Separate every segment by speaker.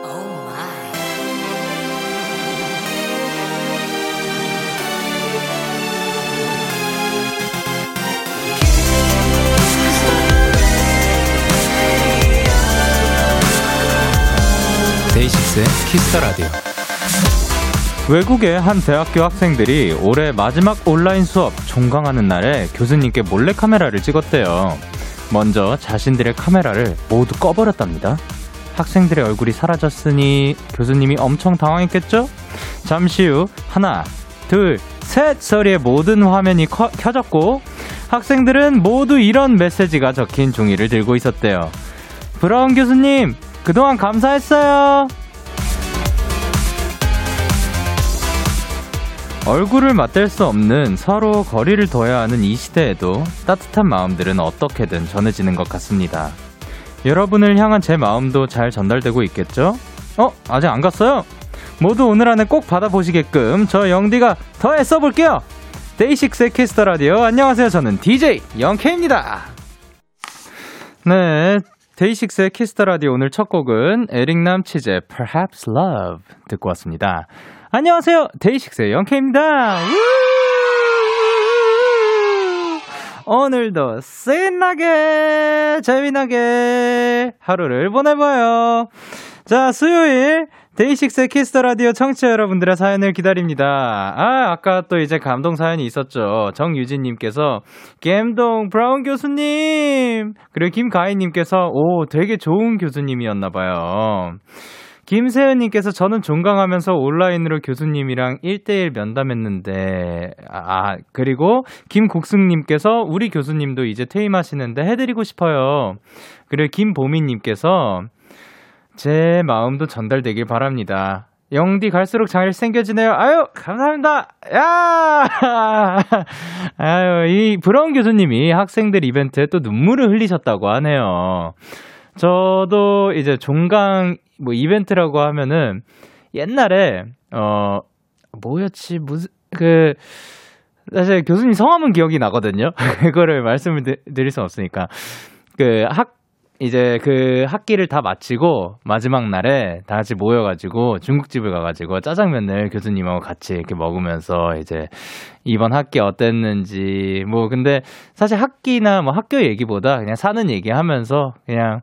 Speaker 1: Oh
Speaker 2: 데이식스의 키스터 라디오.
Speaker 3: 외국의 한 대학교 학생들이 올해 마지막 온라인 수업 종강하는 날에 교수님께 몰래 카메라를 찍었대요. 먼저 자신들의 카메라를 모두 꺼버렸답니다. 학생들의 얼굴이 사라졌으니 교수님이 엄청 당황했겠죠? 잠시 후 하나, 둘, 셋 소리에 모든 화면이 커- 켜졌고 학생들은 모두 이런 메시지가 적힌 종이를 들고 있었대요. 브라운 교수님, 그동안 감사했어요. 얼굴을 맞댈 수 없는 서로 거리를 둬야 하는 이 시대에도 따뜻한 마음들은 어떻게든 전해지는 것 같습니다. 여러분을 향한 제 마음도 잘 전달되고 있겠죠? 어? 아직 안 갔어요? 모두 오늘 안에 꼭 받아보시게끔 저 영디가 더 애써볼게요! 데이식스의 키스터 라디오 안녕하세요 저는 DJ 영케입니다. 네. 데이식스의 키스터 라디오 오늘 첫 곡은 에릭남 치즈의 Perhaps Love 듣고 왔습니다. 안녕하세요. 데이식스의 영케입니다. 우! 오늘도 신나게 재미나게 하루를 보내봐요. 자, 수요일 데이식스의 키스터 라디오 청취자 여러분들의 사연을 기다립니다. 아, 아까 또 이제 감동 사연이 있었죠. 정유진 님께서 겜동 브라운 교수님 그리고 김가희 님께서 오, 되게 좋은 교수님이었나 봐요. 김세은님께서 저는 종강하면서 온라인으로 교수님이랑 1대1 면담했는데, 아, 그리고 김국승님께서 우리 교수님도 이제 퇴임하시는데 해드리고 싶어요. 그리고 김보민님께서 제 마음도 전달되길 바랍니다. 영디 갈수록 잘 생겨지네요. 아유, 감사합니다. 야! 아유, 이 브라운 교수님이 학생들 이벤트에 또 눈물을 흘리셨다고 하네요. 저도 이제 종강 뭐 이벤트라고 하면은 옛날에 어 뭐였지 무슨 그 사실 교수님 성함은 기억이 나거든요. 그거를 말씀을 드, 드릴 수 없으니까 그 학 이제 그 학기를 다 마치고 마지막 날에 다 같이 모여가지고 중국집을 가가지고 짜장면을 교수님하고 같이 이렇게 먹으면서 이제 이번 학기 어땠는지 뭐 근데 사실 학기나 뭐 학교 얘기보다 그냥 사는 얘기 하면서 그냥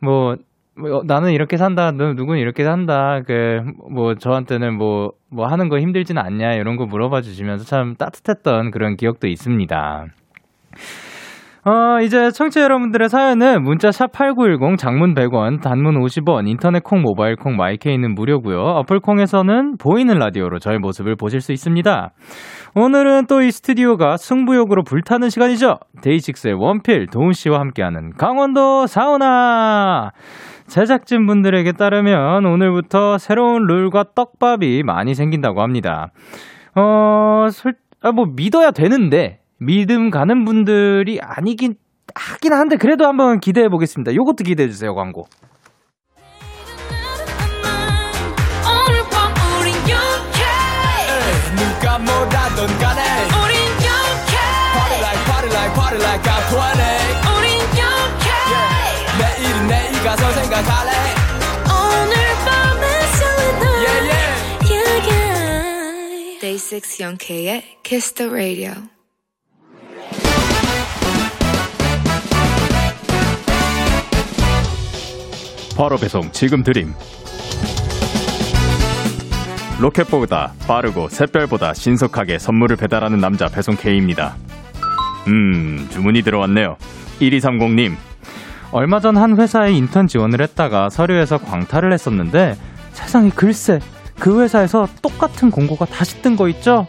Speaker 3: 뭐, 뭐, 나는 이렇게 산다, 너 누군 이렇게 산다, 그, 뭐, 저한테는 뭐, 뭐 하는 거 힘들진 않냐, 이런 거 물어봐 주시면서 참 따뜻했던 그런 기억도 있습니다. 어, 이제 청취자 여러분들의 사연은 문자 샵 8910 장문 100원, 단문 50원, 인터넷 콩, 모바일 콩, 마이케이는 무료고요. 어플 콩에서는 보이는 라디오로 저의 모습을 보실 수 있습니다. 오늘은 또 이 스튜디오가 승부욕으로 불타는 시간이죠. 데이식스의 원필, 도훈 씨와 함께하는 강원도 사우나! 제작진분들에게 따르면 오늘부터 새로운 룰과 떡밥이 많이 생긴다고 합니다. 어, 솔, 아, 뭐 믿어야 되는데, 믿음 가는 분들이 아니긴 하긴 한데 그래도 한번 기대해 보겠습니다. 요것도 기대해 주세요, 광고.
Speaker 4: 오늘 밤 우린 영케
Speaker 1: 누가 뭐라던 간에
Speaker 4: 우린 영케
Speaker 1: Party like party like party like I'm
Speaker 4: 우린
Speaker 1: 20
Speaker 4: 영케
Speaker 1: 내일은 내일 가서 생각할래
Speaker 4: 오늘 밤에 설레는
Speaker 1: Yeah yeah
Speaker 4: yeah
Speaker 5: Day 6 Young K의 Kiss the Radio.
Speaker 3: 바로 배송 지금 드림. 로켓보다 빠르고 샛별보다 신속하게 선물을 배달하는 남자 배송 K입니다. 음, 주문이 들어왔네요. 1230님. 얼마 전 한 회사에 인턴 지원을 했다가 서류에서 광탈을 했었는데 세상에 글쎄 그 회사에서 똑같은 공고가 다시 뜬 거 있죠?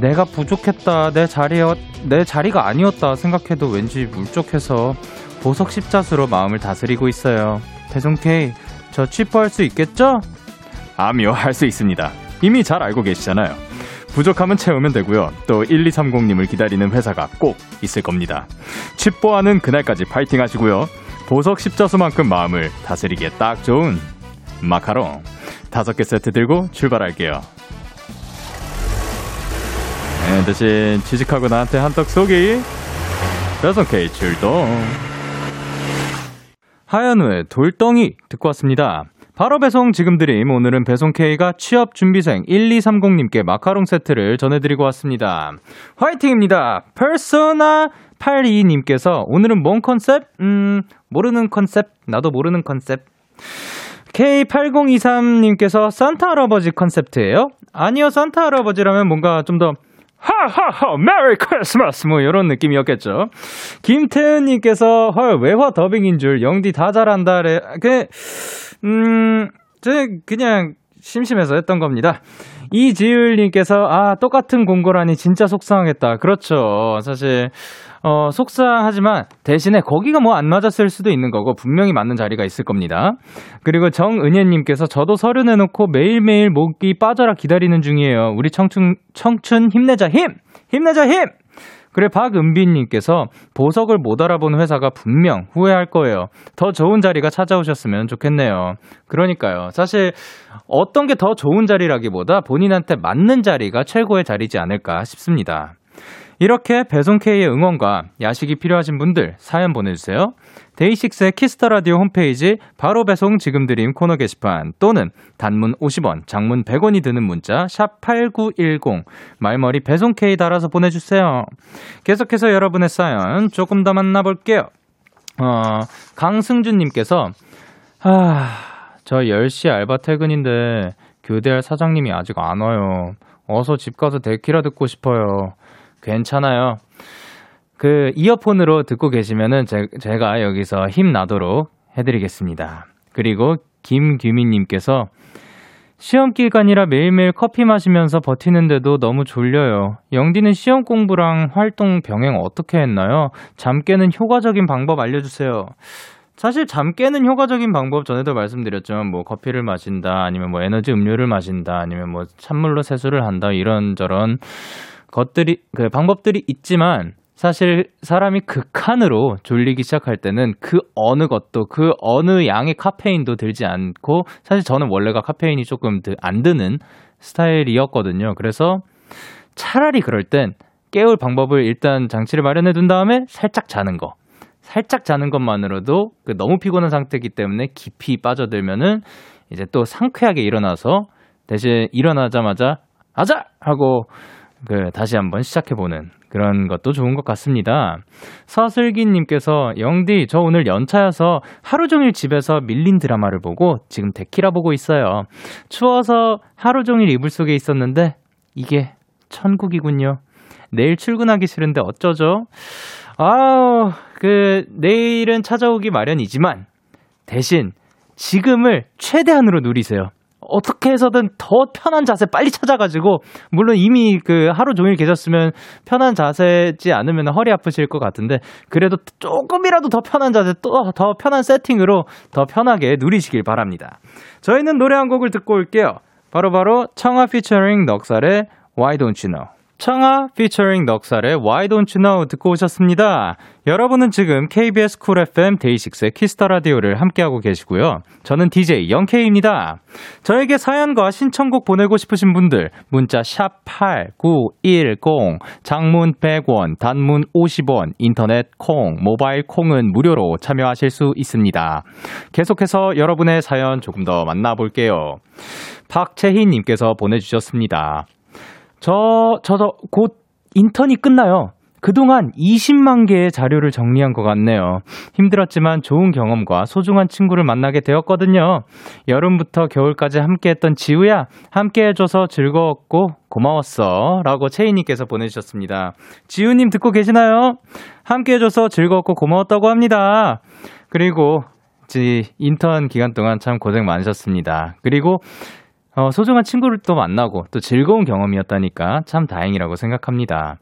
Speaker 3: 내가 부족했다 내 자리에 내 자리가 아니었다 생각해도 왠지 물적해서 보석 십자수로 마음을 다스리고 있어요. 배송 K 저 취포할 수 있겠죠? 암요 할 수 있습니다. 이미 잘 알고 계시잖아요. 부족함은 채우면 되고요. 또 1230님을 기다리는 회사가 꼭 있을 겁니다. 칩보하는 그날까지 파이팅 하시고요. 보석 십자수만큼 마음을 다스리기에 딱 좋은 마카롱 다섯 개 세트 들고 출발할게요. 예, 대신 취직하고 나한테 한턱 쏘기. 여섯 K 출동. 하현우의 돌덩이 듣고 왔습니다. 바로 배송 지금 드림. 오늘은 배송 K가 취업 준비생 1230님께 마카롱 세트를 전해드리고 왔습니다. 화이팅입니다. 페르소나 82님께서 오늘은 뭔 컨셉? 음, 모르는 컨셉. 나도 모르는 컨셉. K8023님께서 산타 할아버지 컨셉트예요? 아니요, 산타 할아버지라면 뭔가 좀 더 하하하 메리 크리스마스 뭐 이런 느낌이었겠죠. 김태은님께서 헐 외화 더빙인 줄 영디 다 잘한다래. 음, 그음저 그냥 심심해서 했던 겁니다. 이지율님께서 아 똑같은 공고라니 진짜 속상하겠다. 그렇죠. 사실 어 속상하지만 대신에 거기가 뭐 안 맞았을 수도 있는 거고 분명히 맞는 자리가 있을 겁니다. 그리고 정은혜님께서 저도 서류 내놓고 매일매일 목이 빠져라 기다리는 중이에요. 우리 청춘 청춘 힘내자 힘 힘내자 힘. 그래 박은빈님께서 보석을 못 알아본 회사가 분명 후회할 거예요. 더 좋은 자리가 찾아오셨으면 좋겠네요. 그러니까요. 사실 어떤 게 더 좋은 자리라기보다 본인한테 맞는 자리가 최고의 자리지 않을까 싶습니다. 이렇게 배송 K의 응원과 야식이 필요하신 분들 사연 보내주세요. 데이식스의 키스터 라디오 홈페이지 바로 배송 지금 드림 코너 게시판 또는 단문 50원, 장문 100원이 드는 문자 샵 #8910 말머리 배송 K 달아서 보내주세요. 계속해서 여러분의 사연 조금 더 만나볼게요. 어, 강승준님께서 아, 저 10시 알바 퇴근인데 교대할 사장님이 아직 안 와요. 어서 집 가서 데키라 듣고 싶어요. 괜찮아요. 그 이어폰으로 듣고 계시면은 제, 제가 여기서 힘 나도록 해드리겠습니다. 그리고 김규민님께서 시험 기간이라 매일매일 커피 마시면서 버티는데도 너무 졸려요. 영디는 시험 공부랑 활동 병행 어떻게 했나요? 잠 깨는 효과적인 방법 알려주세요. 사실 잠 깨는 효과적인 방법 전에도 말씀드렸지만 뭐 커피를 마신다 아니면 뭐 에너지 음료를 마신다 아니면 뭐 찬물로 세수를 한다 이런저런 것들이 그 방법들이 있지만 사실 사람이 극한으로 졸리기 시작할 때는 그 어느 것도 그 어느 양의 카페인도 들지 않고 사실 저는 원래가 카페인이 조금 드- 안 드는 스타일이었거든요. 그래서 차라리 그럴 땐 깨울 방법을 일단 장치를 마련해 둔 다음에 살짝 자는 거. 살짝 자는 것만으로도 그 너무 피곤한 상태이기 때문에 깊이 빠져들면은 이제 또 상쾌하게 일어나서 대신 일어나자마자 아자 하고 그 다시 한번 시작해보는 그런 것도 좋은 것 같습니다. 서슬기님께서 영디 저 오늘 연차여서 하루 종일 집에서 밀린 드라마를 보고 지금 데키라 보고 있어요. 추워서 하루 종일 이불 속에 있었는데 이게 천국이군요. 내일 출근하기 싫은데 어쩌죠? 아우, 그, 내일은 찾아오기 마련이지만, 대신 지금을 최대한으로 누리세요. 어떻게 해서든 더 편한 자세 빨리 찾아가지고, 물론 이미 그 하루 종일 계셨으면 편한 자세지 않으면 허리 아프실 것 같은데, 그래도 조금이라도 더 편한 자세, 또 더 편한 세팅으로 더 편하게 누리시길 바랍니다. 저희는 노래 한 곡을 듣고 올게요. 바로바로 청아 피처링 넉살의 Why Don't You Know. 청아 피처링 넉살의 Why Don't You Know 듣고 오셨습니다. 여러분은 지금 KBS 쿨 FM 데이식스의 키스터 라디오를 함께하고 계시고요. 저는 DJ 영케이입니다. 저에게 사연과 신청곡 보내고 싶으신 분들 문자 샵8910 장문 100원, 단문 50원, 인터넷 콩, 모바일 콩은 무료로 참여하실 수 있습니다. 계속해서 여러분의 사연 조금 더 만나볼게요. 박채희님께서 보내주셨습니다. 저, 저도 곧 인턴이 끝나요. 그동안 20만 개의 자료를 정리한 것 같네요. 힘들었지만 좋은 경험과 소중한 친구를 만나게 되었거든요. 여름부터 겨울까지 함께했던 지우야, 함께해줘서 즐거웠고 고마웠어. 라고 채인님께서 보내주셨습니다. 지우님 듣고 계시나요? 함께해줘서 즐거웠고 고마웠다고 합니다. 그리고 지 인턴 기간 동안 참 고생 많으셨습니다. 그리고 어, 소중한 친구를 또 만나고 또 즐거운 경험이었다니까 참 다행이라고 생각합니다.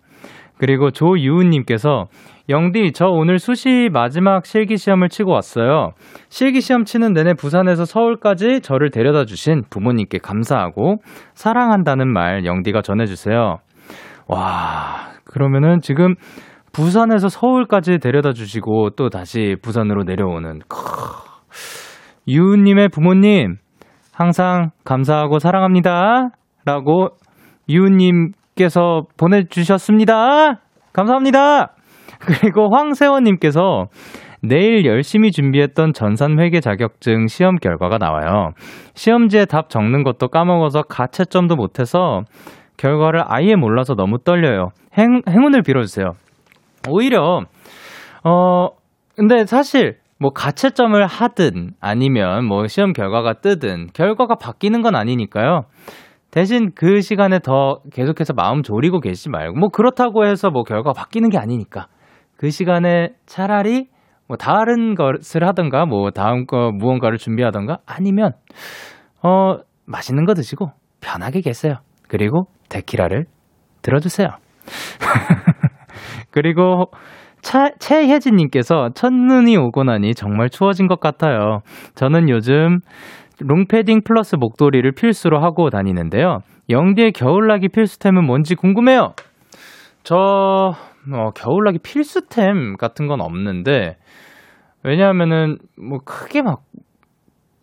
Speaker 3: 그리고 조유은님께서 영디 저 오늘 수시 마지막 실기 시험을 치고 왔어요. 실기 시험 치는 내내 부산에서 서울까지 저를 데려다 주신 부모님께 감사하고 사랑한다는 말 영디가 전해주세요. 와 그러면은 지금 부산에서 서울까지 데려다 주시고 또 다시 부산으로 내려오는 크으. 유은님의 부모님 항상 감사하고 사랑합니다. 라고 유우님께 님께서 보내주셨습니다. 감사합니다. 그리고 황세원님께서 내일 열심히 준비했던 전산회계 자격증 시험 결과가 나와요. 시험지에 답 적는 것도 까먹어서 가채점도 못해서 결과를 아예 몰라서 너무 떨려요. 행, 행운을 빌어주세요. 오히려 어 근데 사실 뭐 가채점을 하든 아니면 뭐 시험 결과가 뜨든 결과가 바뀌는 건 아니니까요. 대신 그 시간에 더 계속해서 마음 졸이고 계시지 말고 뭐 그렇다고 해서 뭐 결과가 바뀌는 게 아니니까 그 시간에 차라리 뭐 다른 것을 하든가 뭐 다음 거 무언가를 준비하든가 아니면 어 맛있는 거 드시고 편하게 계세요. 그리고 데키라를 들어주세요. 그리고 차, 최혜진님께서 첫눈이 오고 나니 정말 추워진 것 같아요. 저는 요즘 롱패딩 플러스 목도리를 필수로 하고 다니는데요. 영디의 겨울나기 필수템은 뭔지 궁금해요. 저, 어, 겨울나기 필수템 같은 건 없는데, 왜냐하면은, 뭐, 크게 막,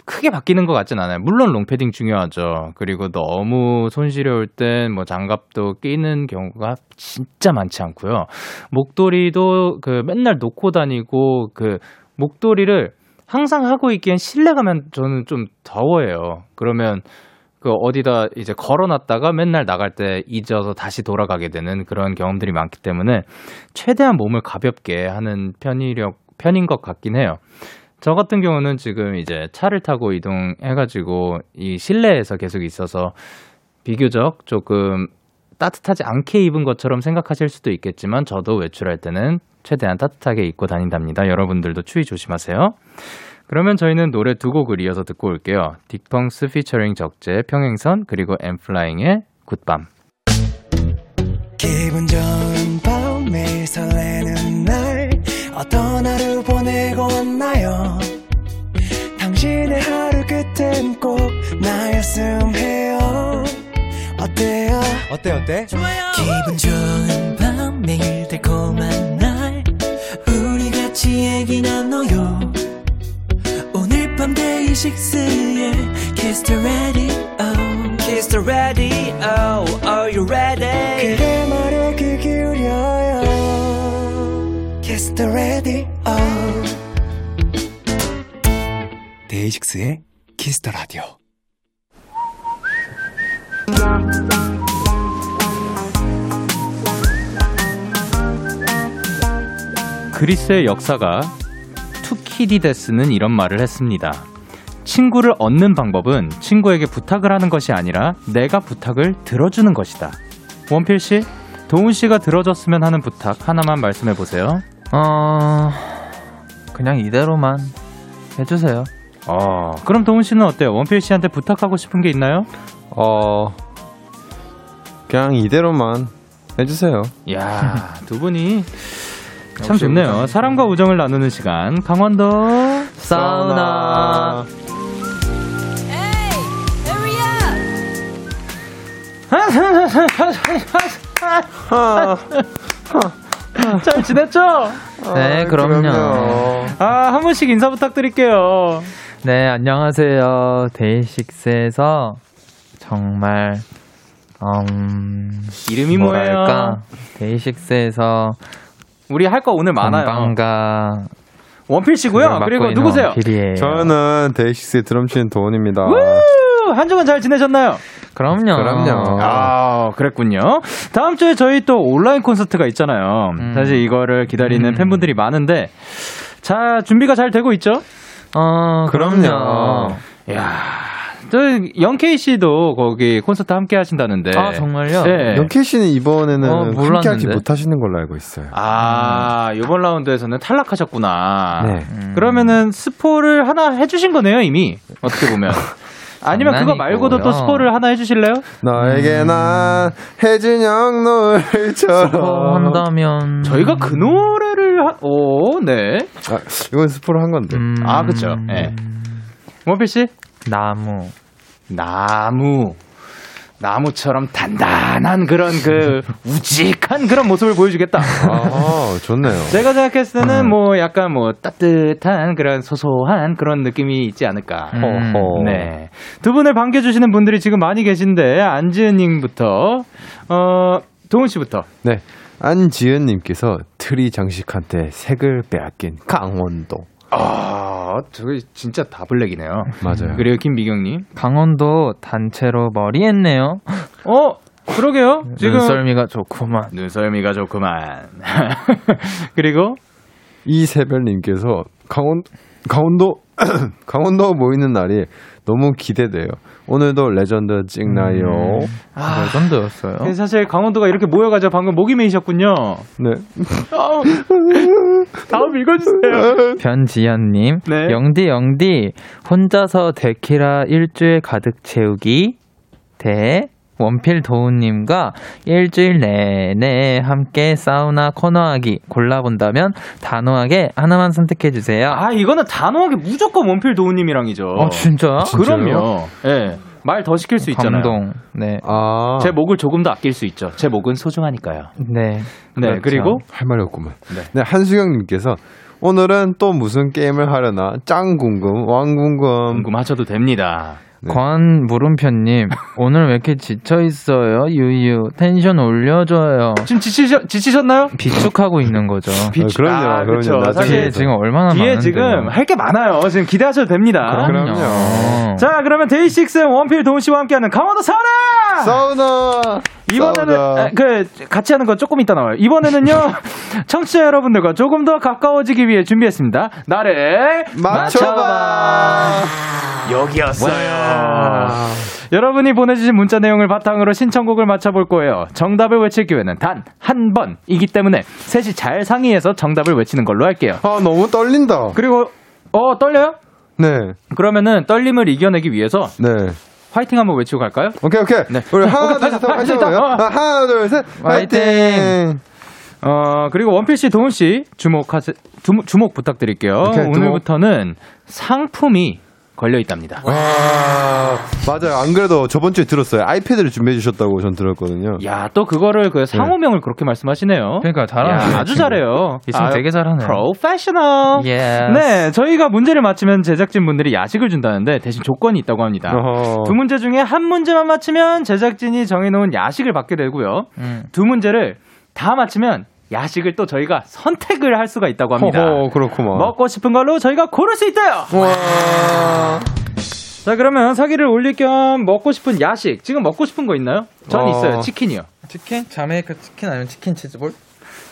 Speaker 3: 크게 바뀌는 것 같진 않아요. 물론 롱패딩 중요하죠. 그리고 너무 손시려울 땐 뭐 장갑도 끼는 경우가 진짜 많지 않고요. 목도리도 그 맨날 놓고 다니고 그 목도리를 항상 하고 있기엔 실내 가면 저는 좀 더워요. 그러면 그 어디다 이제 걸어놨다가 맨날 나갈 때 잊어서 다시 돌아가게 되는 그런 경험들이 많기 때문에 최대한 몸을 가볍게 하는 편이력 편인 것 같긴 해요. 저 같은 경우는 지금 이제 차를 타고 이동해가지고 이 실내에서 계속 있어서 비교적 조금 따뜻하지 않게 입은 것처럼 생각하실 수도 있겠지만 저도 외출할 때는 최대한 따뜻하게 입고 다닌답니다. 여러분들도 추위 조심하세요. 그러면 저희는 노래 두 곡을 이어서 듣고 올게요. 딕펑스 피처링 적재 평행선 그리고 엠플라잉의 굿밤.
Speaker 1: 기분 좋은 밤 매일 설레는 날 어떤 하루 보내고 왔나요 당신의 하루 끝엔 꼭 나였음 해요 어때요 어때 어때 좋아요 기분 좋은 밤 매일 달콤한 날 우리 같이 얘기 나눠요 오늘 밤 데이식스의 Kiss the Radio Kiss the Radio Are you ready 그대 말에 귀 기울여요 Kiss the Radio 데이식스의 Kiss the Radio
Speaker 3: 그리스의 역사가 투키디데스는 이런 말을 했습니다. 친구를 얻는 방법은 친구에게 부탁을 하는 것이 아니라 내가 부탁을 들어주는 것이다. 원필 씨, 도훈 씨가 들어줬으면 하는 부탁 하나만 말씀해 보세요.
Speaker 6: 어, 그냥 이대로만 해주세요.
Speaker 3: 어, 그럼 도훈 씨는 어때요? 원필 씨한테 부탁하고 싶은 게 있나요?
Speaker 7: 어 그냥 이대로만 해주세요.
Speaker 3: 야,
Speaker 6: 음.
Speaker 3: 두 분이 참 좋네요. 사랑과 우정을 나누는 시간. 강원도
Speaker 6: 사우나.
Speaker 4: Hey, hurry up.
Speaker 7: 아.
Speaker 3: 잘 지냈죠?
Speaker 6: 네, 그럼요.
Speaker 3: 아, 한 분씩 인사 부탁드릴게요.
Speaker 6: 네, 안녕하세요. 데이식스에서 정말, 음,
Speaker 3: 이름이 뭐예요?
Speaker 6: 뭐랄까. 데이식스에서
Speaker 3: 우리 할 거 오늘 많아요.
Speaker 6: 건강과
Speaker 3: 원필 씨고요.
Speaker 6: 그걸
Speaker 3: 그리고
Speaker 6: 맡고 있는
Speaker 3: 누구세요?
Speaker 6: 원필이에요.
Speaker 7: 저는 데이식스의 드럼 치는 도훈입니다.
Speaker 3: 우! 한주간 잘 지내셨나요?
Speaker 6: 그럼요. 어.
Speaker 7: 그럼요.
Speaker 3: 아, 그랬군요. 다음 주에 저희 또 온라인 콘서트가 있잖아요.
Speaker 6: 음.
Speaker 3: 사실 이거를 기다리는
Speaker 6: 음.
Speaker 3: 팬분들이 많은데, 자, 준비가 잘 되고 있죠? 아,
Speaker 6: 어,
Speaker 7: 그럼요.
Speaker 6: 그럼요.
Speaker 3: 저, 영케이 씨도 거기 콘서트 함께 하신다는데.
Speaker 6: 아, 정말요?
Speaker 3: 네.
Speaker 7: 영케 씨는 이번에는
Speaker 6: 어,
Speaker 7: 함께 하지
Speaker 6: 몰랐는데.
Speaker 7: 못하시는 걸로 알고 있어요.
Speaker 3: 아, 요번 라운드에서는 탈락하셨구나.
Speaker 7: 네.
Speaker 6: 음.
Speaker 3: 그러면은 스포를 하나 해주신 거네요, 이미. 어떻게 보면. 아니면 그거 말고도 또
Speaker 6: 장난이고요.
Speaker 3: 스포를 하나 해주실래요?
Speaker 7: 나에게
Speaker 6: 음.
Speaker 7: 난 해준영
Speaker 6: 어,
Speaker 7: 노을처럼.
Speaker 6: 한다면
Speaker 3: 아, 저희가 그
Speaker 6: 음.
Speaker 3: 노래를, 하... 오, 네.
Speaker 7: 아, 이건 스포를 한 건데.
Speaker 6: 음,
Speaker 3: 아, 그쵸. 예. 원필 씨?
Speaker 6: 나무
Speaker 3: 나무. 나무처럼 단단한 그런 그 우직한 그런 모습을 보여주겠다.
Speaker 7: 아, 좋네요.
Speaker 3: 제가 생각했을 때는 뭐 약간 뭐 따뜻한 그런 소소한 그런 느낌이 있지 않을까.
Speaker 6: 음.
Speaker 7: 허허.
Speaker 3: 네. 두 분을 반겨주시는 분들이 지금 많이 계신데, 안지은님부터, 어, 동훈씨부터.
Speaker 7: 네. 안지은님께서 트리 장식한테 색을 빼앗긴 강원도.
Speaker 3: 아, 저게 진짜 다 블랙이네요.
Speaker 7: 맞아요.
Speaker 3: 그리고 김미경님.
Speaker 6: 강원도 단체로 머리했네요.
Speaker 3: 어, 그러게요. 지금.
Speaker 6: 눈썰미가 좋구만.
Speaker 3: 눈썰미가 좋구만. 그리고,
Speaker 7: 이세별님께서 강원 강원도 강원도 모이는 날이 너무 기대돼요. 오늘도 레전드 찍나요?
Speaker 3: 음. 아,
Speaker 6: 아, 레전드였어요.
Speaker 3: 그래서 사실 강원도가 이렇게 모여가지고 방금 목이 메이셨군요.
Speaker 7: 네.
Speaker 3: 아우, 다음 읽어주세요.
Speaker 6: 변지현님,
Speaker 3: 네.
Speaker 6: 영디 영디 혼자서 데키라 일주일 가득 채우기 대 원필 도우님과 일주일 내내 함께 사우나 코너하기 골라본다면 단호하게 하나만 선택해 주세요.
Speaker 3: 아, 이거는 단호하게 무조건 원필 도우님이랑이죠. 아,
Speaker 6: 어, 진짜요?
Speaker 3: 그럼요. 예. 말 더 시킬 수 있잖아요.
Speaker 6: 감동. 네.
Speaker 7: 아.
Speaker 3: 제 목을 조금 더 아낄 수 있죠. 제 목은 소중하니까요.
Speaker 6: 네.
Speaker 3: 네,
Speaker 6: 그렇죠.
Speaker 3: 그리고
Speaker 7: 할 말이 없구만.
Speaker 3: 네.
Speaker 7: 네. 한수경님께서 오늘은 또 무슨 게임을 하려나 짱 궁금 왕 궁금.
Speaker 3: 궁금하셔도 됩니다.
Speaker 7: 네.
Speaker 6: 권 물음표님 오늘 왜 이렇게 지쳐 있어요? 유유 텐션 올려줘요.
Speaker 3: 지금 지치셔, 지치셨나요?
Speaker 6: 비축하고 있는 거죠.
Speaker 7: 아, 그럼요,
Speaker 3: 아,
Speaker 7: 그럼요.
Speaker 3: 그쵸.
Speaker 7: 나중에
Speaker 6: 뒤에
Speaker 3: 사실
Speaker 6: 지금 얼마나 많은데. 뭐.
Speaker 3: 뒤에 지금 할 게 많아요. 지금 기대하셔도 됩니다.
Speaker 6: 아, 그럼요. 어.
Speaker 7: 그럼요.
Speaker 3: 자, 그러면 데이식스 원필 도훈 씨와 함께하는 강원도 사우나!
Speaker 7: 사우나.
Speaker 3: 이번에는
Speaker 7: 사우나.
Speaker 3: 아, 그 같이 하는 건 조금 이따 나와요. 이번에는요 청취자 여러분들과 조금 더 가까워지기 위해 준비했습니다. 나를
Speaker 7: 맞춰봐.
Speaker 3: 여기였어요. 여러분이 보내주신 문자 내용을 바탕으로 신청곡을 맞춰볼 거예요. 정답을 외칠 기회는 단 한 번이기 때문에 셋이 잘 상의해서 정답을 외치는 걸로 할게요.
Speaker 7: 아 너무 떨린다.
Speaker 3: 그리고 어 떨려요?
Speaker 7: 네.
Speaker 3: 그러면은 떨림을 이겨내기 위해서
Speaker 7: 네.
Speaker 3: 화이팅 한번 외치고 갈까요?
Speaker 7: 오케이 오케이.
Speaker 3: 네.
Speaker 7: 우리 하나
Speaker 3: 오케이,
Speaker 7: 둘셋
Speaker 3: 화이팅,
Speaker 7: 화이팅. 요
Speaker 3: 화이팅.
Speaker 7: 하나 둘셋
Speaker 6: 화이팅.
Speaker 7: 화이팅.
Speaker 3: 어, 그리고 원필 씨, 도훈 씨, 주목하세, 주목, 주목 부탁드릴게요.
Speaker 7: 오케이, 주목.
Speaker 3: 오늘부터는 상품이 걸려 있답니다.
Speaker 6: 아,
Speaker 7: 와 맞아요. 안 그래도 저번 주에 들었어요. 아이패드를 준비해 주셨다고 전 들었거든요.
Speaker 3: 야, 또 그거를 그 상호명을 그렇게 말씀하시네요.
Speaker 6: 그러니까
Speaker 3: 야,
Speaker 6: 네. 잘하네.
Speaker 3: 아주 잘해요.
Speaker 6: 이 친구
Speaker 3: 아유,
Speaker 6: 되게 잘하네.
Speaker 3: 프로페셔널.
Speaker 6: Yes.
Speaker 3: 네, 저희가 문제를 맞히면 제작진 분들이 야식을 준다는데 대신 조건이 있다고 합니다.
Speaker 7: 어허.
Speaker 3: 두 문제 중에 한 문제만 맞히면 제작진이 정해놓은 야식을 받게 되고요.
Speaker 6: 음.
Speaker 3: 두 문제를 다 맞히면 야식을 또 저희가 선택을 할 수가 있다고 합니다.
Speaker 7: 허허, 그렇구만.
Speaker 3: 어. 먹고 싶은 걸로 저희가 고를 수 있대요.
Speaker 7: 와.
Speaker 3: 자 그러면 사기를 올릴 겸 먹고 싶은 야식 지금 먹고 싶은 거 있나요? 전
Speaker 7: 어.
Speaker 3: 있어요 치킨이요.
Speaker 6: 치킨? 자메이카 치킨 아니면 치킨 치즈볼?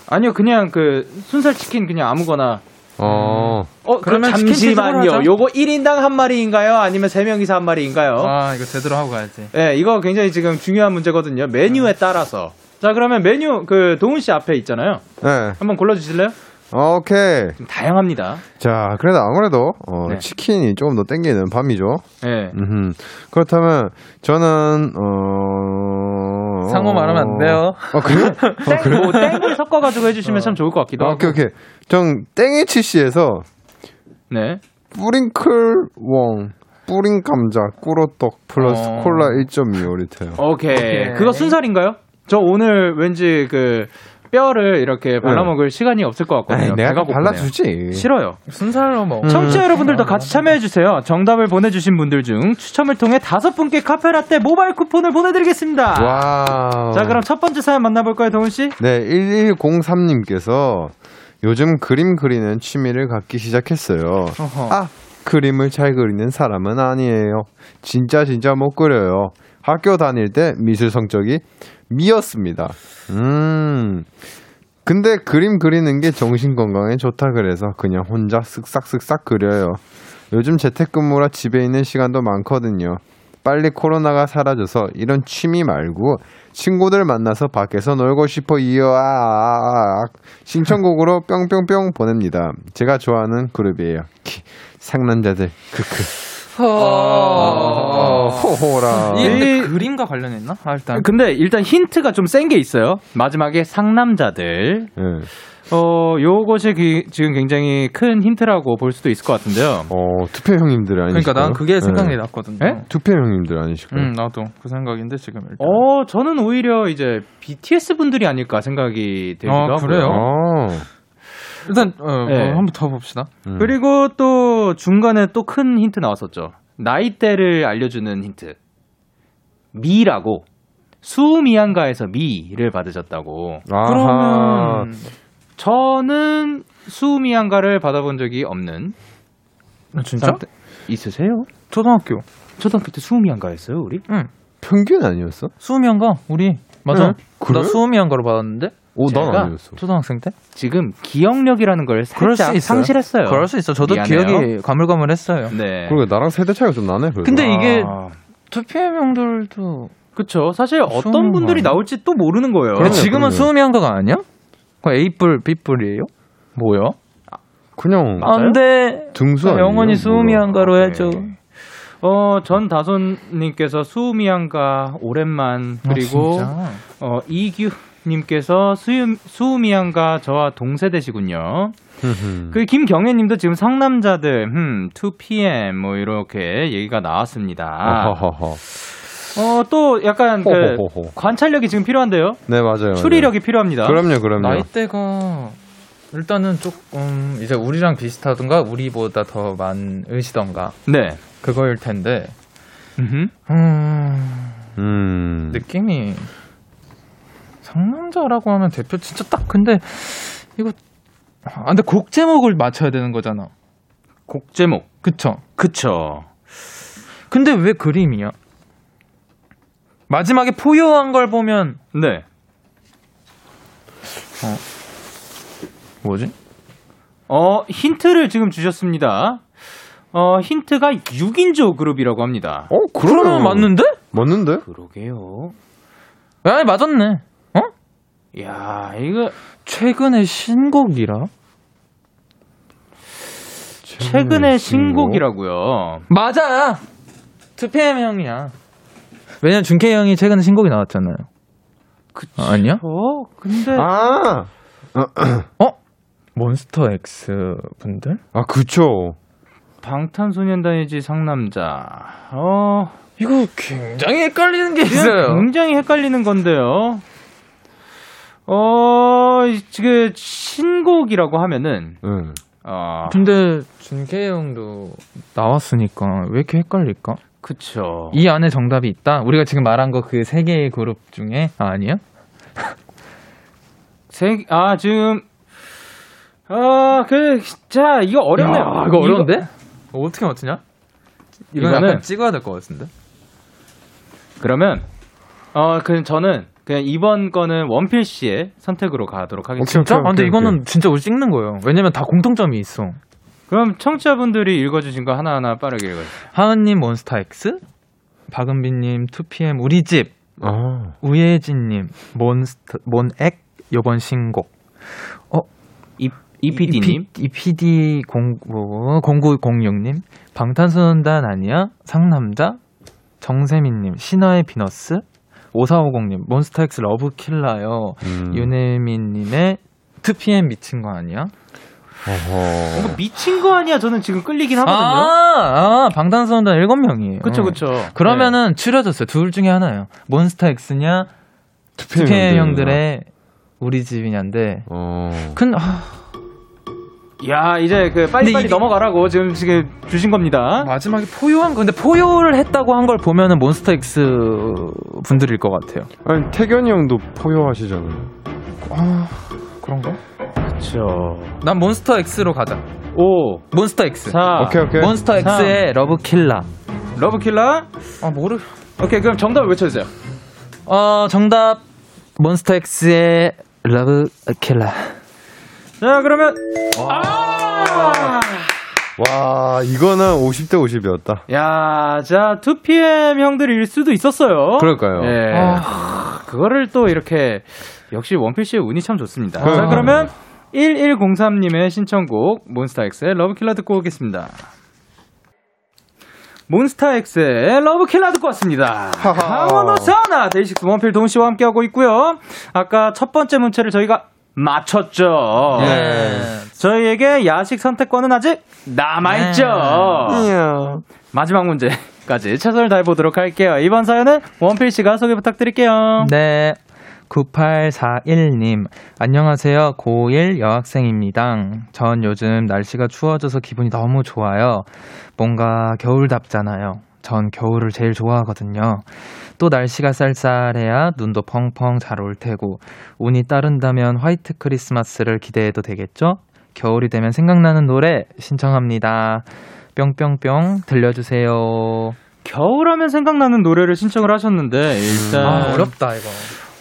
Speaker 3: 아니요 그냥 그 순살 치킨 그냥 아무거나.
Speaker 7: 어.
Speaker 3: 어
Speaker 6: 그러면 치킨 치즈볼 하자.
Speaker 3: 요거 1인당 한 마리인가요? 아니면 3명이서 한 마리인가요?
Speaker 6: 아 이거 제대로 하고 가야지.
Speaker 3: 네 이거 굉장히 지금 중요한 문제거든요 메뉴에 따라서. 자 그러면 메뉴 그 도훈 씨 앞에 있잖아요.
Speaker 7: 네.
Speaker 3: 한번 골라주실래요?
Speaker 7: 오케이.
Speaker 3: 좀 다양합니다.
Speaker 7: 자, 그래도 아무래도 어,
Speaker 3: 네.
Speaker 7: 치킨이 조금 더 땡기는 밤이죠.
Speaker 3: 예.
Speaker 7: 음흠. 그렇다면 저는 어
Speaker 6: 상호 말하면 안 돼요.
Speaker 7: 어 그래요? 어, 그래요?
Speaker 3: 뭐 땡을 섞어가지고 해주시면 참 좋을 것 같기도
Speaker 7: 아,
Speaker 3: 하고.
Speaker 7: 오케이 오케이. 전 땡에치씨에서
Speaker 3: 네.
Speaker 7: 뿌링클 웡 뿌링 감자 꾸로떡 플러스
Speaker 6: 어.
Speaker 7: 콜라 1.25리터요.
Speaker 3: 오케이.
Speaker 6: 오케이.
Speaker 3: 그거 순살인가요? 저 오늘 왠지 그 뼈를 이렇게 발라먹을 시간이 없을 것 같거든요. 배가 고프네요.
Speaker 7: 발라주지.
Speaker 3: 싫어요.
Speaker 6: 순살로 먹.
Speaker 3: 청취자
Speaker 6: 음.
Speaker 3: 여러분들도 같이 참여해주세요. 정답을 보내주신 분들 중 추첨을 통해 다섯 분께 카페라떼 모바일 쿠폰을 보내드리겠습니다.
Speaker 7: 와.
Speaker 3: 자, 그럼 첫 번째 사연 만나볼까요, 도훈씨?
Speaker 7: 네, 1103님께서 요즘 그림 그리는 취미를 갖기 시작했어요.
Speaker 6: 어허.
Speaker 7: 아, 그림을 잘 그리는 사람은 아니에요. 진짜 진짜 못 그려요. 학교 다닐 때 미술 성적이 미였습니다. 음. 근데 그림 그리는 게 정신 건강에 좋다 그래서 그냥 혼자 쓱싹쓱싹 그려요. 요즘 재택근무라 집에 있는 시간도 많거든요. 빨리 코로나가 사라져서 이런 취미 말고 친구들 만나서 밖에서 놀고 싶어 이어악 신청곡으로 뿅뿅뿅 보냅니다. 제가 좋아하는 그룹이에요. 키, 상남자들 크크.
Speaker 6: 어. 허.
Speaker 7: 호호라.
Speaker 6: 어.
Speaker 7: 예.
Speaker 6: 이게 근데
Speaker 3: 이-
Speaker 6: 그림과 관련했나? 아, 일단
Speaker 3: 근데 일단 힌트가 좀 센 게 있어요. 마지막에 상남자들.
Speaker 7: 예.
Speaker 6: 그
Speaker 3: 어, 요것이 기- 지금 굉장히 큰 힌트라고 볼 수도 있을 것 같은데요.
Speaker 7: 어, 투표 형님들 아니실까요?
Speaker 6: 그러니까 난 그게 생각이
Speaker 7: 예.
Speaker 6: 났거든요.
Speaker 3: 예?
Speaker 7: 투표 형님들 아니실까요?
Speaker 6: 음, 나도 그 생각인데 지금 일단.
Speaker 3: 어, 저는 오히려 이제 BTS 분들이 아닐까 생각이 들기도
Speaker 6: 아,
Speaker 3: 하고요.
Speaker 6: 그래요?
Speaker 7: 어.
Speaker 6: 일단 어,
Speaker 3: 예.
Speaker 6: 어, 한번 더 봅시다.
Speaker 7: 음.
Speaker 3: 그리고 또 중간에 또 큰 힌트 나왔었죠. 나이대를 알려주는 힌트. 미라고. 수미한가에서 미를 받으셨다고.
Speaker 7: 아하.
Speaker 6: 그러면
Speaker 3: 저는 수미한가를 받아본 적이 없는.
Speaker 6: 아, 진짜?
Speaker 3: 상태- 있으세요?
Speaker 6: 초등학교
Speaker 3: 초등학교 때 수미한가였어요, 우리?
Speaker 7: 평균 아니었어?
Speaker 6: 수음이한가 우리 맞아.
Speaker 7: 응. 그래?
Speaker 6: 나 수음이한가로 받았는데
Speaker 7: 오, 난
Speaker 3: 제가
Speaker 7: 아니었어.
Speaker 6: 초등학생 때.
Speaker 3: 지금 기억력이라는 걸
Speaker 6: 그럴 수
Speaker 3: 살짝
Speaker 6: 있어요.
Speaker 3: 상실했어요.
Speaker 6: 그럴 수 있어. 저도
Speaker 3: 미안해요.
Speaker 6: 기억이 가물가물했어요.
Speaker 3: 네.
Speaker 7: 그러게 나랑 세대 차이가 좀 나네. 그래도.
Speaker 6: 근데 이게
Speaker 3: 아,
Speaker 6: 투피엠 형들도
Speaker 3: 그쵸. 사실 어떤
Speaker 6: 수미한가
Speaker 3: 분들이
Speaker 6: 아니야?
Speaker 3: 나올지 또 모르는 거예요.
Speaker 7: 그럼요,
Speaker 6: 지금은
Speaker 7: 그럼요.
Speaker 6: 수음이한가가 아니야? 그 A뿔 B뿔이에요? 뭐야?
Speaker 7: 그냥
Speaker 3: 맞아요?
Speaker 6: 안돼.
Speaker 7: 등수 아니에요?
Speaker 6: 음, 영원히 수음이한가로
Speaker 3: 오케이.
Speaker 6: 해줘.
Speaker 3: 어, 전 다손님께서 수미양가 오랜만 그리고
Speaker 6: 아,
Speaker 3: 어, 이규님께서 수미양가 저와 동세대시군요.
Speaker 7: 그...
Speaker 3: 그 김경애님도 지금 상남자들 음, 2PM 뭐 이렇게 얘기가 나왔습니다.
Speaker 7: 아하하하.
Speaker 3: 어, 또 약간 그
Speaker 7: 호호호호.
Speaker 3: 관찰력이 지금 필요한데요.
Speaker 7: 네 맞아요.
Speaker 3: 추리력이 필요합니다.
Speaker 7: 맞아요. 그럼요, 그럼요.
Speaker 6: 나이대가 일단은 조금 이제 우리랑 비슷하던가 우리보다 더 많으시던가
Speaker 3: 네.
Speaker 6: 그거일 텐데
Speaker 3: 음흠.
Speaker 6: 음,
Speaker 7: 음.
Speaker 6: 느낌이 상남자라고 하면 대표 진짜 딱 근데 이거 아 근데 곡 제목을 맞춰야 되는 거잖아
Speaker 3: 곡 제목.
Speaker 6: 그쵸
Speaker 3: 그쵸.
Speaker 6: 근데 왜 그림이야 마지막에 포효한 걸 보면
Speaker 3: 네.
Speaker 6: 뭐지
Speaker 3: 어, 힌트를 지금 주셨습니다. 어, 힌트가 6인조 그룹이라고 합니다.
Speaker 7: 어, 그러네요.
Speaker 6: 그러면 맞는데
Speaker 7: 맞는데?
Speaker 3: 그러게요.
Speaker 6: 아 맞았네 어
Speaker 3: 야, 이거
Speaker 6: 최근에 신곡이라
Speaker 3: 최근에 신곡이라고요.
Speaker 6: 맞아. 2PM 형이야. 왜냐면 준케이 형이 최근에 신곡이 나왔잖아요.
Speaker 3: 그쵸?
Speaker 6: 아, 아니야?
Speaker 3: 어, 근데
Speaker 7: 아,
Speaker 6: 몬스터 X 분들?
Speaker 7: 아 그쵸.
Speaker 3: 방탄소년단이지 상남자. 어,
Speaker 6: 이거 굉장히 헷갈리는 게
Speaker 3: 지금
Speaker 7: 음,
Speaker 3: 굉장히 헷갈리는 건데요. 어, 이- 지금 신곡이라고 하면은
Speaker 7: 응.
Speaker 3: 어,
Speaker 6: 근데 준케이 형도 나왔으니까 왜 이렇게 헷갈릴까?
Speaker 3: 그쵸.
Speaker 6: 이 안에 정답이 있다. 우리가 지금 말한 거 그 세 개의 그룹 중에 아, 아니야?
Speaker 3: 세, 아, 지금, 아, 그, 자, 이거 어렵네요.
Speaker 6: 야, 아, 이거 어려운데? 어, 떻게 맞추냐? 네. 이건
Speaker 3: 이거는-
Speaker 6: 약간 찍어야 될 것 같은데.
Speaker 3: 이거- 그러면, 어, 그, 저는, 그냥 이번 거는 원필 씨의 선택으로 가도록 하겠습니다.
Speaker 7: 오케이,
Speaker 6: 진짜?
Speaker 7: 오케이,
Speaker 6: 아, 근데
Speaker 7: 오케이,
Speaker 6: 이거는 진짜 우리 찍는 거예요. 왜냐면 다 공통점이 있어.
Speaker 3: 그럼 청취자분들이 읽어주신 거 하나하나 빠르게 읽어주세요.
Speaker 6: 하은님 몬스타엑스, 박은빈님 2PM 우리집,
Speaker 7: 아,
Speaker 6: 우예진님 몬스터 몬액 요번 신곡,
Speaker 3: 이, E 이피디님.
Speaker 6: E EPD 0906님, 뭐, 방탄소년단 아니야, 상남자, 정세민님 신화의 비너스, 5450님 몬스타엑스 러브킬라요,
Speaker 7: 음.
Speaker 6: 윤혜민님의 2PM 미친 거 아니야?
Speaker 7: 어허.
Speaker 3: 이거 미친 거 아니야? 저는 지금 끌리긴 하거든요.
Speaker 6: 아, 아 방탄소년단 7명이에요.
Speaker 3: 그쵸, 그쵸.
Speaker 6: 그러면은 추려졌어요. 둘 중에 하나예요. 몬스타엑스냐,
Speaker 7: 투표
Speaker 6: 투피엠
Speaker 7: 형들이나.
Speaker 6: 형들의 우리 집이냐인데.
Speaker 7: 어.
Speaker 6: 근 아,
Speaker 3: 네. 야, 이제 그 빨리빨리
Speaker 6: 이게-
Speaker 3: 넘어가라고 지금, 지금 주신 겁니다.
Speaker 6: 마지막에 포효한 거. 근데 포효를 했다고 한 걸 보면은 몬스타엑스 분들일 것 같아요.
Speaker 7: 아니 태견이 형도 포효하시잖아요.
Speaker 6: 그런가?
Speaker 3: 그쵸.
Speaker 6: 난 몬스타엑스로 가자.
Speaker 3: 오,
Speaker 6: 몬스타엑스.
Speaker 3: 사,
Speaker 7: 오케이 오케이.
Speaker 6: 몬스타엑스의 러브킬라.
Speaker 3: 러브킬라.
Speaker 6: 아 모르.
Speaker 3: 오케이, 그럼 정답을 외쳐주세요.
Speaker 6: 어 정답 몬스타엑스의 러브킬라.
Speaker 3: 자, 그러면
Speaker 7: 와 이거는 50대 50이었다.
Speaker 3: 야, 자, 2PM 형들일 수도 있었어요.
Speaker 7: 그럴까요?
Speaker 3: 예.
Speaker 6: 아,
Speaker 3: 그거를 또 이렇게, 역시 원필씨의 운이 참 좋습니다.
Speaker 7: 그래요.
Speaker 3: 자, 그러면 1103님의 신청곡, 몬스타엑스의 러브킬러 듣고 오겠습니다. 몬스타엑스의 러브킬라 듣고 왔습니다.
Speaker 7: 하하.
Speaker 3: 강원도 사나 데이식스 원필 동씨와 함께하고 있고요. 아까 첫 번째 문제를 저희가 맞췄죠.
Speaker 7: 예.
Speaker 3: 저희에게 야식 선택권은 아직 네. 남아있죠.
Speaker 6: 네.
Speaker 7: 네.
Speaker 3: 마지막 문제까지 최선을 다해보도록 할게요. 이번 사연은 원필 씨가 소개 부탁드릴게요.
Speaker 6: 네. 9841님, 안녕하세요. 고1 여학생입니다. 전 요즘 날씨가 추워져서 기분이 너무 좋아요. 뭔가 겨울답잖아요. 전 겨울을 제일 좋아하거든요. 또 날씨가 쌀쌀해야 눈도 펑펑 잘 올 테고, 운이 따른다면 화이트 크리스마스를 기대해도 되겠죠? 겨울이 되면 생각나는 노래 신청합니다. 뿅뿅뿅 들려주세요.
Speaker 3: 겨울하면 생각나는 노래를 신청을 하셨는데 일단
Speaker 6: 아, 어렵다, 이거.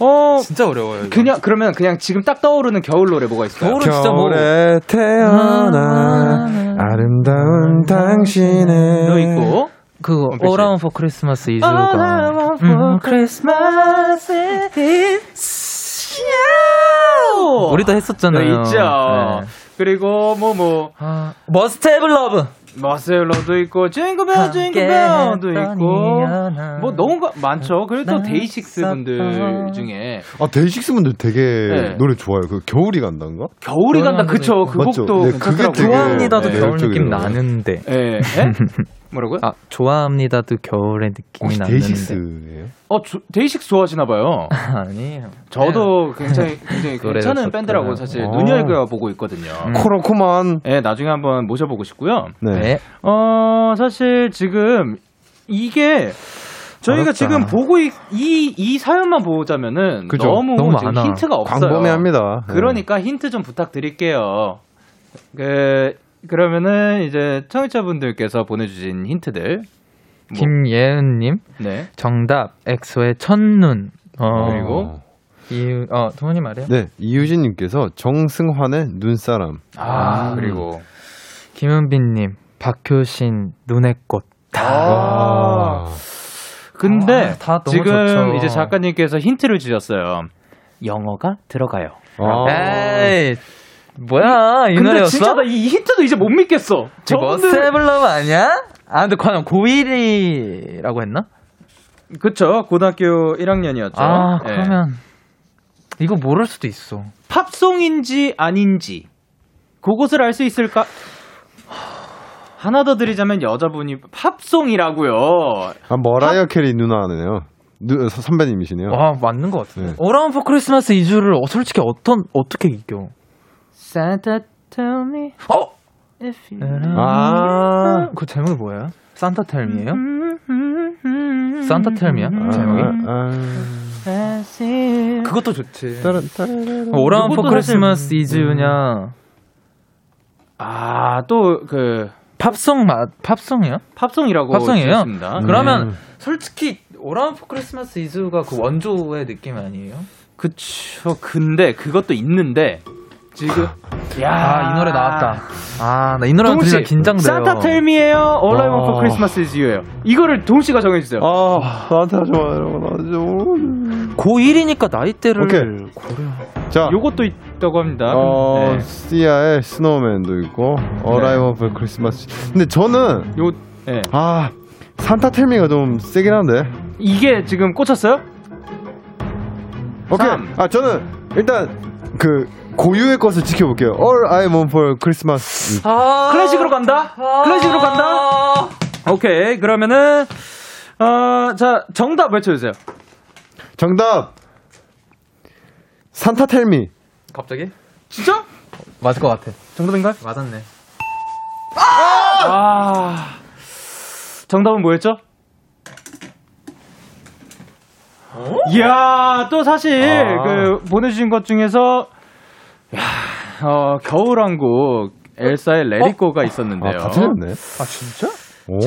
Speaker 3: 어
Speaker 6: 진짜 어려워요.
Speaker 3: 그냥 그러면 그냥 지금 딱 떠오르는 겨울 노래 뭐가 있을까요?
Speaker 6: 겨울은 진짜 뭐. 아.
Speaker 7: 겨울에 태어나 아름다운 당신의
Speaker 3: 너 있고
Speaker 6: 그
Speaker 7: 빛이.
Speaker 6: All Around for Christmas is You가 음,
Speaker 3: Christmas is you.
Speaker 6: 우리도 했었잖아요.
Speaker 3: 네, 있죠.
Speaker 6: 네.
Speaker 3: 그리고 뭐뭐
Speaker 6: 아, Must Have Love
Speaker 3: 머슬러도 있고 징글벨 징글벨도 있고 뭐
Speaker 6: 음.
Speaker 3: 너무 가- 많죠. 그리고 또
Speaker 6: 네.
Speaker 3: 데이식스 분들 중에
Speaker 7: 아 데이식스 분들 되게
Speaker 3: 네.
Speaker 7: 노래 좋아요. 그 겨울이 간단가?
Speaker 3: 겨울이 간다
Speaker 6: 노래도
Speaker 3: 그쵸 그
Speaker 7: 맞죠?
Speaker 3: 곡도
Speaker 7: 네, 그게
Speaker 3: 괜찮더라고요.
Speaker 7: 되게
Speaker 6: 좋아합니다도
Speaker 7: 네,
Speaker 6: 겨울 느낌
Speaker 7: 이쪽이더라고요.
Speaker 6: 나는데.
Speaker 3: 예. 예? 예? 뭐라고요?
Speaker 6: 아 좋아합니다도 겨울의 느낌이
Speaker 7: 혹시
Speaker 6: 나는데.
Speaker 7: 데이식스예요?
Speaker 3: 어 조- 데이식스 좋아하시나 봐요.
Speaker 6: 아니에요.
Speaker 3: 저도 굉장히 굉장히
Speaker 6: 노래가
Speaker 3: 괜찮은
Speaker 6: 좋구나.
Speaker 3: 밴드라고 사실
Speaker 7: 네. 어.
Speaker 3: 눈여겨보고 있거든요.
Speaker 6: 음.
Speaker 7: 코로코만.
Speaker 3: 예, 나중에 한번 모셔보고 싶고요.
Speaker 7: 네.
Speaker 6: 네.
Speaker 3: 어, 사실 지금 이게 저희가
Speaker 6: 어렵다.
Speaker 3: 지금 보고 이, 이, 이 사연만 보자면은
Speaker 7: 그죠.
Speaker 3: 너무,
Speaker 6: 너무
Speaker 3: 지금
Speaker 6: 많아.
Speaker 3: 힌트가 없어요.
Speaker 7: 광범위합니다. 네.
Speaker 3: 그러니까 힌트 좀 부탁드릴게요. 그 그러면은 이제 청취자분들께서 보내주신 힌트들 뭐.
Speaker 6: 김예은님
Speaker 3: 네
Speaker 6: 정답 엑소의 첫눈. 어,
Speaker 3: 그리고
Speaker 6: 이유 어 동훈이 말해요.
Speaker 7: 네, 이유진님께서 정승환의 눈사람.
Speaker 3: 아,
Speaker 6: 음.
Speaker 3: 그리고
Speaker 6: 김은빈님 박효신 눈의 꽃.
Speaker 3: 아. 근데
Speaker 6: 아, 다 너무
Speaker 3: 지금
Speaker 6: 좋죠.
Speaker 3: 이제 작가님께서 힌트를 주셨어요. 영어가 들어가요.
Speaker 7: 아.
Speaker 6: 에이 뭐야 이
Speaker 3: 근데
Speaker 6: 노래였어?
Speaker 3: 진짜 나 이 힌트도 이제 못 믿겠어.
Speaker 6: 지금
Speaker 3: 저분들
Speaker 6: 머스테블러브 아니야? 아 근데 과연 고1이라고 했나?
Speaker 3: 그쵸 고등학교 1학년이었죠. 예.
Speaker 6: 아 그러면 이거 모를 수도 있어.
Speaker 3: 팝송인지 아닌지 그것을 알 수 있을까? 하나 더 드리자면 여자분이 팝송이라고요. 아,
Speaker 7: 아, 머라이어 캐리 누나네요. 누, 서- 선배님이시네요.
Speaker 3: 예.
Speaker 6: 와 맞는 것 같은데.
Speaker 7: 네.
Speaker 6: 어라운드 포 크리스마스 2주를 솔직히 어떤 어떻게 이겨?
Speaker 3: Santa tell me
Speaker 6: 어?
Speaker 3: if you
Speaker 7: 아.
Speaker 6: 그 제목이 뭐예요? 산타 텔미예요?
Speaker 3: 음,
Speaker 6: 산타 텔미야?
Speaker 7: 아,
Speaker 6: 제목이?
Speaker 7: 아,
Speaker 6: 그것도 좋지.
Speaker 7: 따라따라라.
Speaker 6: 어라운드
Speaker 3: 이것도 음.
Speaker 6: 포
Speaker 3: 사실- 음.
Speaker 6: 크리스마스 2주냐?
Speaker 3: 아또 그
Speaker 6: 팝송 맞 팝송이야?
Speaker 3: 팝송이라고
Speaker 6: 팝송이에요?
Speaker 3: 주셨습니다.
Speaker 7: 음.
Speaker 6: 그러면 솔직히 어라운드 포 크리스마스 2주가 그 원조의 느낌 아니에요?
Speaker 3: 그쵸. 근데 그것도 있는데 지금 야,
Speaker 6: 아 이 노래 나왔다. 아 나 이 노래
Speaker 3: 동훈 씨,
Speaker 6: 들으면 긴장돼요. 어.
Speaker 3: 산타 텔미예요. All I Want for Christmas is You예요. 이거를 동 씨가 정해 주세요.
Speaker 7: 아, 나한테 하지 마요. 나한테 좀.
Speaker 6: 고1이니까 나이대를
Speaker 7: 오케이.
Speaker 6: 고려.
Speaker 7: 자,
Speaker 3: 요것도 있다고 합니다.
Speaker 7: 어,
Speaker 3: 네.
Speaker 7: 시아의 스노우맨도 있고, 어라이브 네. 크리스마스. 근데 저는,
Speaker 3: 요 예.
Speaker 7: 아, 산타 텔미가 좀 세긴 한데.
Speaker 3: 이게 지금 꽂혔어요?
Speaker 7: 오케이.
Speaker 3: 삼.
Speaker 7: 아, 저는 일단 그 고유의 것을 지켜볼게요. All I want for Christmas.
Speaker 3: 클래식으로 간다. 클래식으로
Speaker 6: 아.
Speaker 3: 간다. 오케이. 그러면은 어, 자, 정답 외쳐 주세요.
Speaker 7: 정답! 산타 텔미.
Speaker 6: 갑자기?
Speaker 3: 진짜?
Speaker 6: 맞을 것 같아.
Speaker 3: 정답인가요?
Speaker 6: 맞았네.
Speaker 3: 아. 정답은 뭐였죠? 이야, 또 사실
Speaker 7: 아.
Speaker 3: 그 보내주신 것 중에서 야, 어, 겨울왕국 엘사의 레리꼬가
Speaker 7: 아,
Speaker 3: 있었는데요.
Speaker 7: 다 틀렸네.
Speaker 6: 아 진짜?
Speaker 7: 오.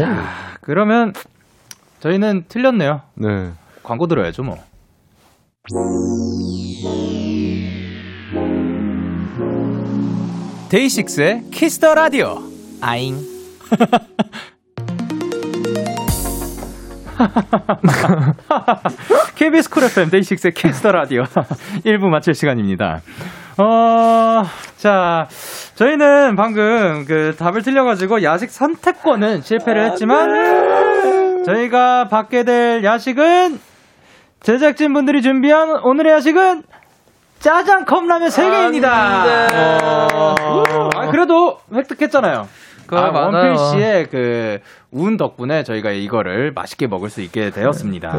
Speaker 3: 그러면 저희는 틀렸네요.
Speaker 7: 네.
Speaker 3: 광고 들어야죠, 뭐. 데이식스의 키스터 라디오. 아잉. KBS 쿨 FM 데이식스의 키스터 라디오 1부 마칠 시간입니다. 어, 자,
Speaker 6: 아,
Speaker 3: 저희는 방금 그 답을 틀려가지고 야식 선택권은 실패를 했지만
Speaker 6: 네.
Speaker 3: 저희가 받게 될 야식은 제작진 분들이 준비한 오늘의 야식은 짜장 컵라면 3개입니다.
Speaker 6: 네.
Speaker 3: 아, 그래도 획득했잖아요. 그
Speaker 6: 아, 맞아요.
Speaker 3: 원필 씨의 그 운 덕분에 저희가 이거를 맛있게 먹을 수 있게 되었습니다.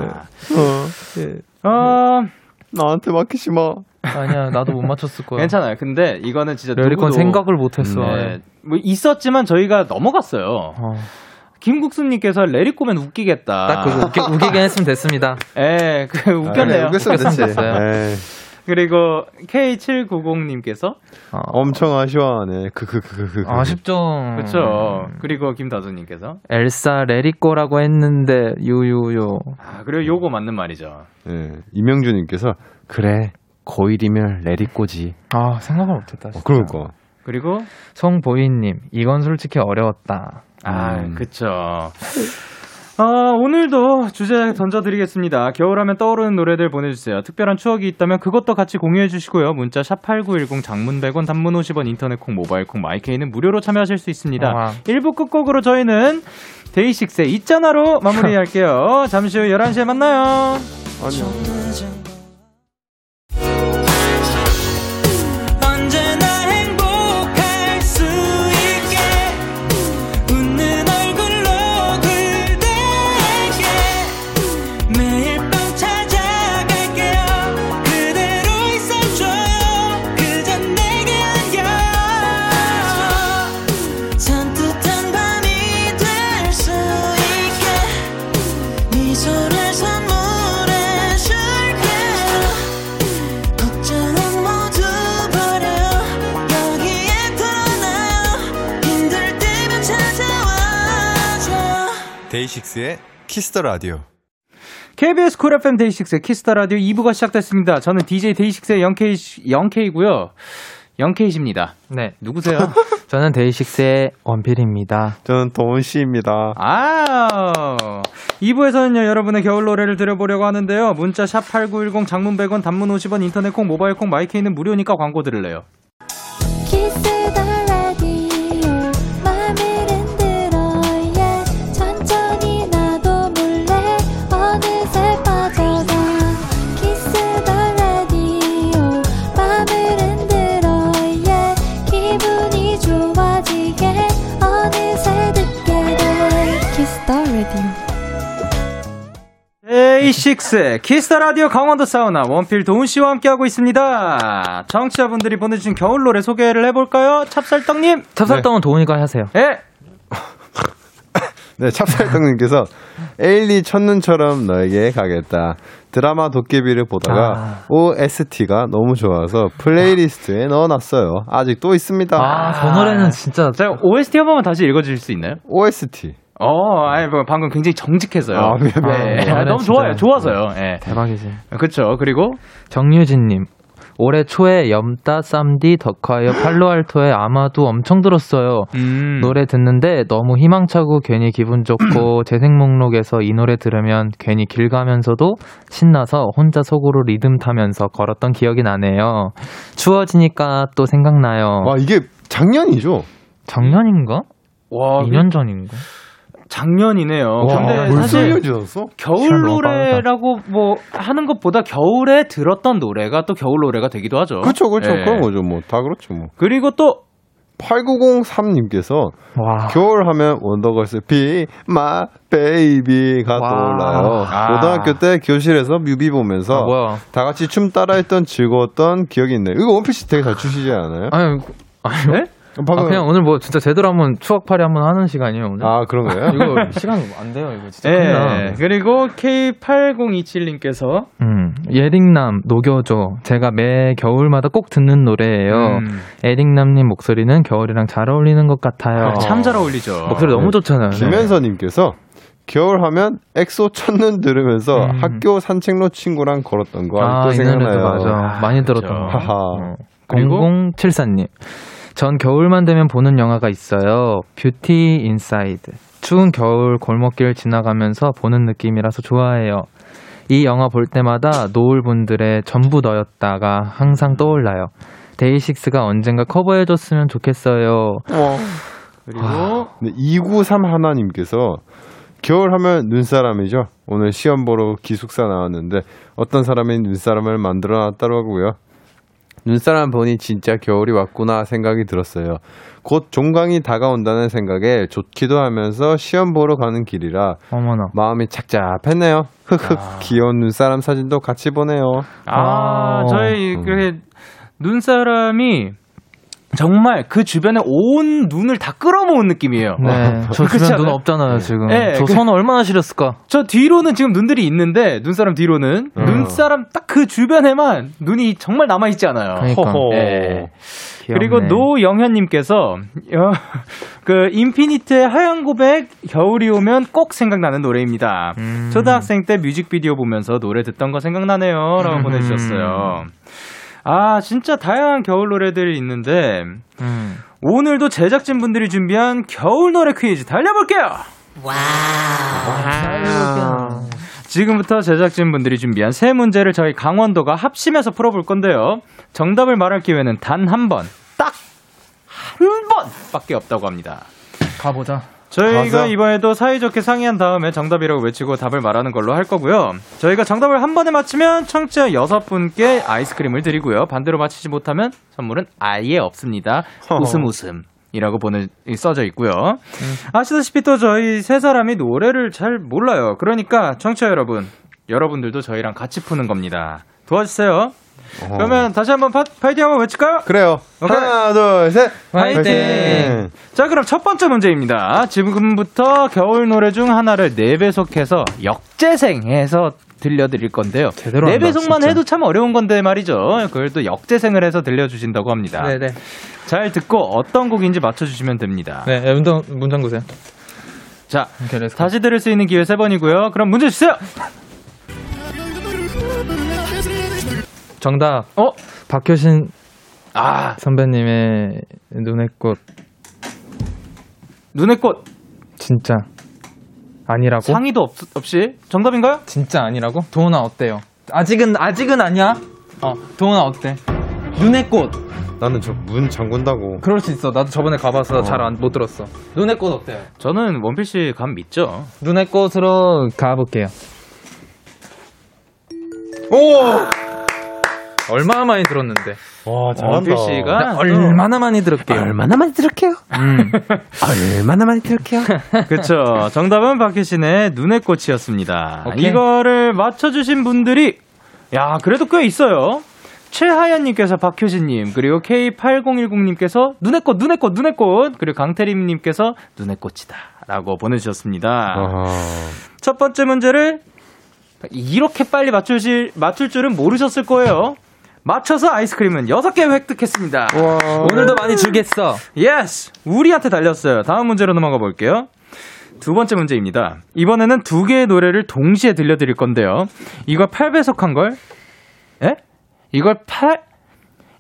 Speaker 6: 그
Speaker 3: 어,
Speaker 6: 음.
Speaker 7: 나한테 맡기지 마.
Speaker 6: 아니야 음, 나도 못 맞췄을 거야.
Speaker 3: 괜찮아요. 근데 이거는 진짜
Speaker 6: 메리콘
Speaker 3: 누구도-
Speaker 6: 네, 생각을 못했어.
Speaker 3: 네, 뭐 있었지만 저희가 넘어갔어요.
Speaker 6: 어.
Speaker 3: 김국수님께서 레리 꼬면 웃기겠다.
Speaker 6: 딱 그거 웃기, 웃기게 했으면 됐습니다.
Speaker 3: 예, 그 웃겼네요.
Speaker 7: 아, 그래, 웃겼으면 됐지.
Speaker 6: 웃겼어요.
Speaker 7: 에이,
Speaker 3: 그리고 K790님께서
Speaker 6: 어,
Speaker 7: 엄청 아쉬워하네. 그, 크크크크.
Speaker 6: 아쉽죠.
Speaker 3: 그렇죠.
Speaker 6: 음.
Speaker 3: 그리고 김다수님께서
Speaker 6: 엘사 레리꼬라고 했는데 유유유.
Speaker 3: 아 그리고 요거 맞는 말이죠.
Speaker 7: 예. 이명주님께서 그래 고일이면 레리꼬지.
Speaker 6: 아 생각을 못했다.
Speaker 7: 어,
Speaker 6: 진짜.
Speaker 7: 그러니까.
Speaker 3: 그리고
Speaker 6: 송보이님 이건 솔직히 어려웠다.
Speaker 3: 아
Speaker 7: 음.
Speaker 3: 그쵸. 아 오늘도 주제 던져드리겠습니다. 겨울하면 떠오르는 노래들 보내주세요. 특별한 추억이 있다면 그것도 같이 공유해주시고요. 문자 샵 #8910 장문 100원, 단문 50원, 인터넷 콩, 모바일 콩, 마이케이는 무료로 참여하실 수 있습니다.
Speaker 6: 와.
Speaker 3: 일부 끝곡으로 저희는 데이식스의 있잖아로 마무리할게요. 잠시 후 11시에 만나요.
Speaker 1: 언제나 행복할 수 있게 웃는 얼굴로 그대에게 매일 밤 찾아갈게요 그대로 있어줘요 그저 내게 안겨 산뜻한 밤이 될 수 있게 미소를 네 선물해 줄게요 걱정은 모두 버려 여기에 털어놔요 힘들 때면 찾아와줘 데이식스의 키스터 라디오
Speaker 3: KBS 쿨 FM 데이식스의 키스타 라디오 2부가 시작됐습니다. 저는 DJ 데이식스의 영케이, 영케이고요. 영케이십니다.
Speaker 6: 네.
Speaker 3: 누구세요?
Speaker 6: 저는 데이식스의 원필입니다.
Speaker 7: 저는 도훈 씨입니다.
Speaker 3: 아 2부에서는요 여러분의 겨울 노래를 들어보려고 하는데요 문자 샵 8910 장문 100원 단문 50원 인터넷 콩 모바일 콩 마이케이는 무료니까 광고 들을래요
Speaker 8: 키스 더 라디오 맘을 흔들어 yeah. 천천히 나도 몰래 어느새 빠져가 키스 더 라디오 맘을 흔들어 yeah. 기분이 좋아지게 어느새 듣게 돼 키스 더 라디오
Speaker 3: 데이식스 키스터 라디오 강원도 사우나 원필 도훈 씨와 함께하고 있습니다 청취자분들이 보내주신 겨울 노래 소개를 해볼까요 찹쌀떡님
Speaker 6: 찹쌀떡은 도훈이가 하세요.
Speaker 3: 예
Speaker 7: 네, 찹쌀떡님께서 에일리 첫눈처럼 너에게 가겠다. 드라마 도깨비를 보다가 OST가 너무 아. 좋아서 플레이리스트에 넣어놨어요. 아직 또 있습니다.
Speaker 6: 아, 저 노래는 진짜
Speaker 3: 제가 OST 한 번만 다시 읽어주실 수 있나요?
Speaker 7: OST.
Speaker 3: 어, 아니, 뭐 방금 굉장히 정직해서요.
Speaker 7: 아, 미안, 미안.
Speaker 3: 예,
Speaker 6: 아,
Speaker 3: 예.
Speaker 6: 미안해,
Speaker 3: 너무
Speaker 6: 진짜.
Speaker 3: 좋아요. 좋아서요. 예.
Speaker 6: 대박이지.
Speaker 3: 그쵸. 그리고,
Speaker 6: 정유진님. 올해 초에 염따 쌈디 덕화여 팔로알토의 아마도 엄청 들었어요.
Speaker 3: 음,
Speaker 6: 노래 듣는데 너무 희망차고 괜히 기분
Speaker 7: 음.
Speaker 6: 좋고 재생 목록에서 이 노래 들으면 괜히 길 가면서도 신나서 혼자 속으로 리듬 타면서 걸었던 기억이 나네요. 추워지니까 또 생각나요.
Speaker 7: 와, 아, 이게 작년이죠?
Speaker 6: 작년인가?
Speaker 7: 아,
Speaker 3: 와,
Speaker 6: 2년 전인가?
Speaker 3: 작년이네요. 근데
Speaker 7: 벌써
Speaker 3: 사실
Speaker 7: 1년 지났어?
Speaker 3: 겨울
Speaker 6: 시간 너무
Speaker 3: 노래라고 뭐 하는 것보다 겨울에 들었던 노래가 또 겨울 노래가 되기도 하죠.
Speaker 7: 그쵸, 그쵸.
Speaker 3: 예.
Speaker 7: 그런 거죠. 뭐, 다 그렇죠. 뭐.
Speaker 3: 그리고 또
Speaker 7: 8903님께서
Speaker 6: 와.
Speaker 7: 겨울 하면 원더걸스 비, 마, 베이비가
Speaker 6: 와.
Speaker 7: 떠올라요.
Speaker 3: 아.
Speaker 7: 고등학교 때 교실에서 뮤비 보면서
Speaker 6: 아, 뭐야?
Speaker 7: 다 같이 춤 따라했던 즐거웠던 기억이 있네요. 이거 원피스 되게 잘 추시지 않아요?
Speaker 6: 아니, 아니요.
Speaker 7: 네?
Speaker 6: 아, 그냥 오늘 뭐 진짜 제대로 한번 추억팔이 한번 하는 시간이에요, 오늘.
Speaker 7: 아 그런 거예요?
Speaker 6: 이거 시간 안 돼요, 이거 진짜.
Speaker 3: 예.
Speaker 6: 끝나.
Speaker 3: 그리고 K8027님께서
Speaker 6: 음, 예릭남 녹여줘. 제가 매 겨울마다 꼭 듣는 노래예요.
Speaker 3: 음.
Speaker 6: 예릭남님 목소리는 겨울이랑 잘 어울리는 것 같아요.
Speaker 3: 참 잘 어울리죠.
Speaker 6: 목소리 너무 좋잖아요.
Speaker 7: 김현서님께서 겨울 하면 엑소 첫눈 들으면서
Speaker 6: 음.
Speaker 7: 학교 산책로 친구랑 걸었던 거
Speaker 6: 아,
Speaker 7: 아직도
Speaker 6: 이 노래도
Speaker 7: 생각나요.
Speaker 6: 맞아.
Speaker 3: 아,
Speaker 6: 많이
Speaker 3: 그렇죠.
Speaker 6: 들었던 거.
Speaker 7: 하하.
Speaker 6: 어.
Speaker 3: 그리고?
Speaker 6: 0074님. 전 겨울만 되면 보는 영화가 있어요. 뷰티 인사이드. 추운 겨울 골목길 지나가면서 보는 느낌이라서 좋아해요. 이 영화 볼 때마다 노을분들의 전부 너였다가 항상 떠올라요. 데이식스가 언젠가 커버해줬으면 좋겠어요.
Speaker 3: 그리고
Speaker 7: 근데 293 하나님께서 겨울 하면 눈사람이죠. 오늘 시험 보러 기숙사 나왔는데 어떤 사람이 눈사람을 만들어 놨더라고요. 눈사람 보니 진짜 겨울이 왔구나 생각이 들었어요. 곧 종강이 다가온다는 생각에 좋기도 하면서 시험 보러 가는 길이라
Speaker 6: 어머나.
Speaker 7: 마음이 착잡했네요. 흑흑 귀여운 눈사람 사진도 같이 보네요.
Speaker 3: 아,
Speaker 7: 어.
Speaker 6: 아.
Speaker 3: 저희
Speaker 7: 음.
Speaker 3: 그 눈사람이 정말 그 주변에 온 눈을 다 끌어모은 느낌이에요.
Speaker 6: 네. 저
Speaker 3: 그렇지
Speaker 6: 주변 눈
Speaker 3: 않아요?
Speaker 6: 없잖아요, 지금.
Speaker 3: 네, 그-
Speaker 6: 저 선 얼마나 시렸을까?
Speaker 3: 저 뒤로는 지금 눈들이 있는데 눈사람 뒤로는
Speaker 7: 어.
Speaker 3: 눈사람 딱 그 주변에만 눈이 정말 남아 있지 않아요.
Speaker 6: 그러니까.
Speaker 3: 허허. 예.
Speaker 6: 귀엽네.
Speaker 3: 그리고 노영현님께서 여- 그 인피니트의 하얀 고백 겨울이 오면 꼭 생각나는 노래입니다.
Speaker 6: 음.
Speaker 3: 초등학생 때 뮤직비디오 보면서 노래 듣던 거 생각나네요라고
Speaker 6: 음.
Speaker 3: 보내주셨어요. 아 진짜 다양한 겨울 노래들이 있는데
Speaker 6: 음.
Speaker 3: 오늘도 제작진 분들이 준비한 겨울 노래 퀴즈 달려볼게요.
Speaker 6: 아.
Speaker 3: 지금부터 제작진 분들이 준비한 세 문제를 저희 강원도가 합심해서 풀어볼 건데요. 정답을 말할 기회는 단 한 번, 딱 한 번밖에 없다고 합니다.
Speaker 6: 가보자.
Speaker 3: 저희가
Speaker 7: 가자.
Speaker 3: 이번에도 사이좋게 상의한 다음에 정답이라고 외치고 답을 말하는 걸로 할 거고요. 저희가 정답을 한 번에 맞히면 청취자 여섯 분께 아이스크림을 드리고요. 반대로 맞히지 못하면 선물은 아예 없습니다. 웃음 웃음. 이라고 보내 써져 있고요. 아시다시피 또 저희 세 사람이 노래를 잘 몰라요. 그러니까 청취자 여러분, 여러분들도 저희랑 같이 푸는 겁니다. 도와주세요.
Speaker 7: 어.
Speaker 3: 그러면 다시 한번 파, 파이팅 한번 외칠까요?
Speaker 7: 그래요.
Speaker 3: 오케이.
Speaker 7: 하나, 둘, 셋.
Speaker 3: 화이팅!
Speaker 7: 화이팅!
Speaker 3: 자, 그럼 첫 번째 문제입니다. 지금부터 겨울 노래 중 하나를 네배속해서 역재생해서 들려드릴 건데요.
Speaker 6: 제대로
Speaker 3: 네
Speaker 6: 한다,
Speaker 3: 배속만
Speaker 6: 진짜.
Speaker 3: 해도 참 어려운 건데 말이죠. 그걸 또 역재생을 해서 들려주신다고 합니다.
Speaker 6: 네네.
Speaker 3: 잘 듣고 어떤 곡인지 맞춰주시면 됩니다.
Speaker 6: 네, 네, 문장, 문장 보세요.
Speaker 3: 자,
Speaker 6: 오케이, 렛츠 고.
Speaker 3: 다시 들을 수 있는 기회 세 번이고요. 그럼 문제 주세요!
Speaker 6: 정답.
Speaker 3: 어?
Speaker 6: 박효신
Speaker 3: 아,
Speaker 6: 선배님의 눈의 꽃.
Speaker 3: 눈의 꽃.
Speaker 6: 진짜. 아니라고?
Speaker 3: 상의도 없, 없이. 정답인가요?
Speaker 6: 진짜 아니라고? 도훈아 어때요? 아직은 아직은 아니야. 어, 도훈아 어때? 눈의 꽃.
Speaker 7: 나는 저 문 잠근다고.
Speaker 6: 그럴 수 있어. 나도 저번에 가봐서 잘 못 들었어. 눈의 꽃 어때요?
Speaker 3: 저는 원필씨 감 믿죠.
Speaker 6: 눈의 꽃으로 가볼게요. 오! 얼마나 많이 들었는데?
Speaker 7: 와,
Speaker 3: 원필씨가.
Speaker 6: 얼마나 많이 들을게요? 얼마나 많이 들을게요? 음. 얼마나 많이 들을게요?
Speaker 3: 그쵸. 정답은 박효신의 눈의 꽃이었습니다.
Speaker 6: 오케이.
Speaker 3: 거를 맞춰주신 분들이, 야, 그래도 꽤 있어요. 최하연님께서 박효신님, 그리고 K8010님께서 눈의 꽃, 눈의 꽃, 눈의 꽃, 그리고 강태림님께서 눈의 꽃이다. 라고 보내주셨습니다.
Speaker 6: 어.
Speaker 3: 첫 번째 문제를 이렇게 빨리 맞추실, 맞출 줄은 모르셨을 거예요. 맞춰서 아이스크림은 6개 획득했습니다.
Speaker 6: 오늘도 많이 주겠어.
Speaker 3: 예스! 우리한테 달렸어요. 다음 문제로 넘어가 볼게요. 두 번째 문제입니다. 이번에는 두 개의 노래를 동시에 들려드릴 건데요. 이걸 8배속한 걸, 에? 이걸 8,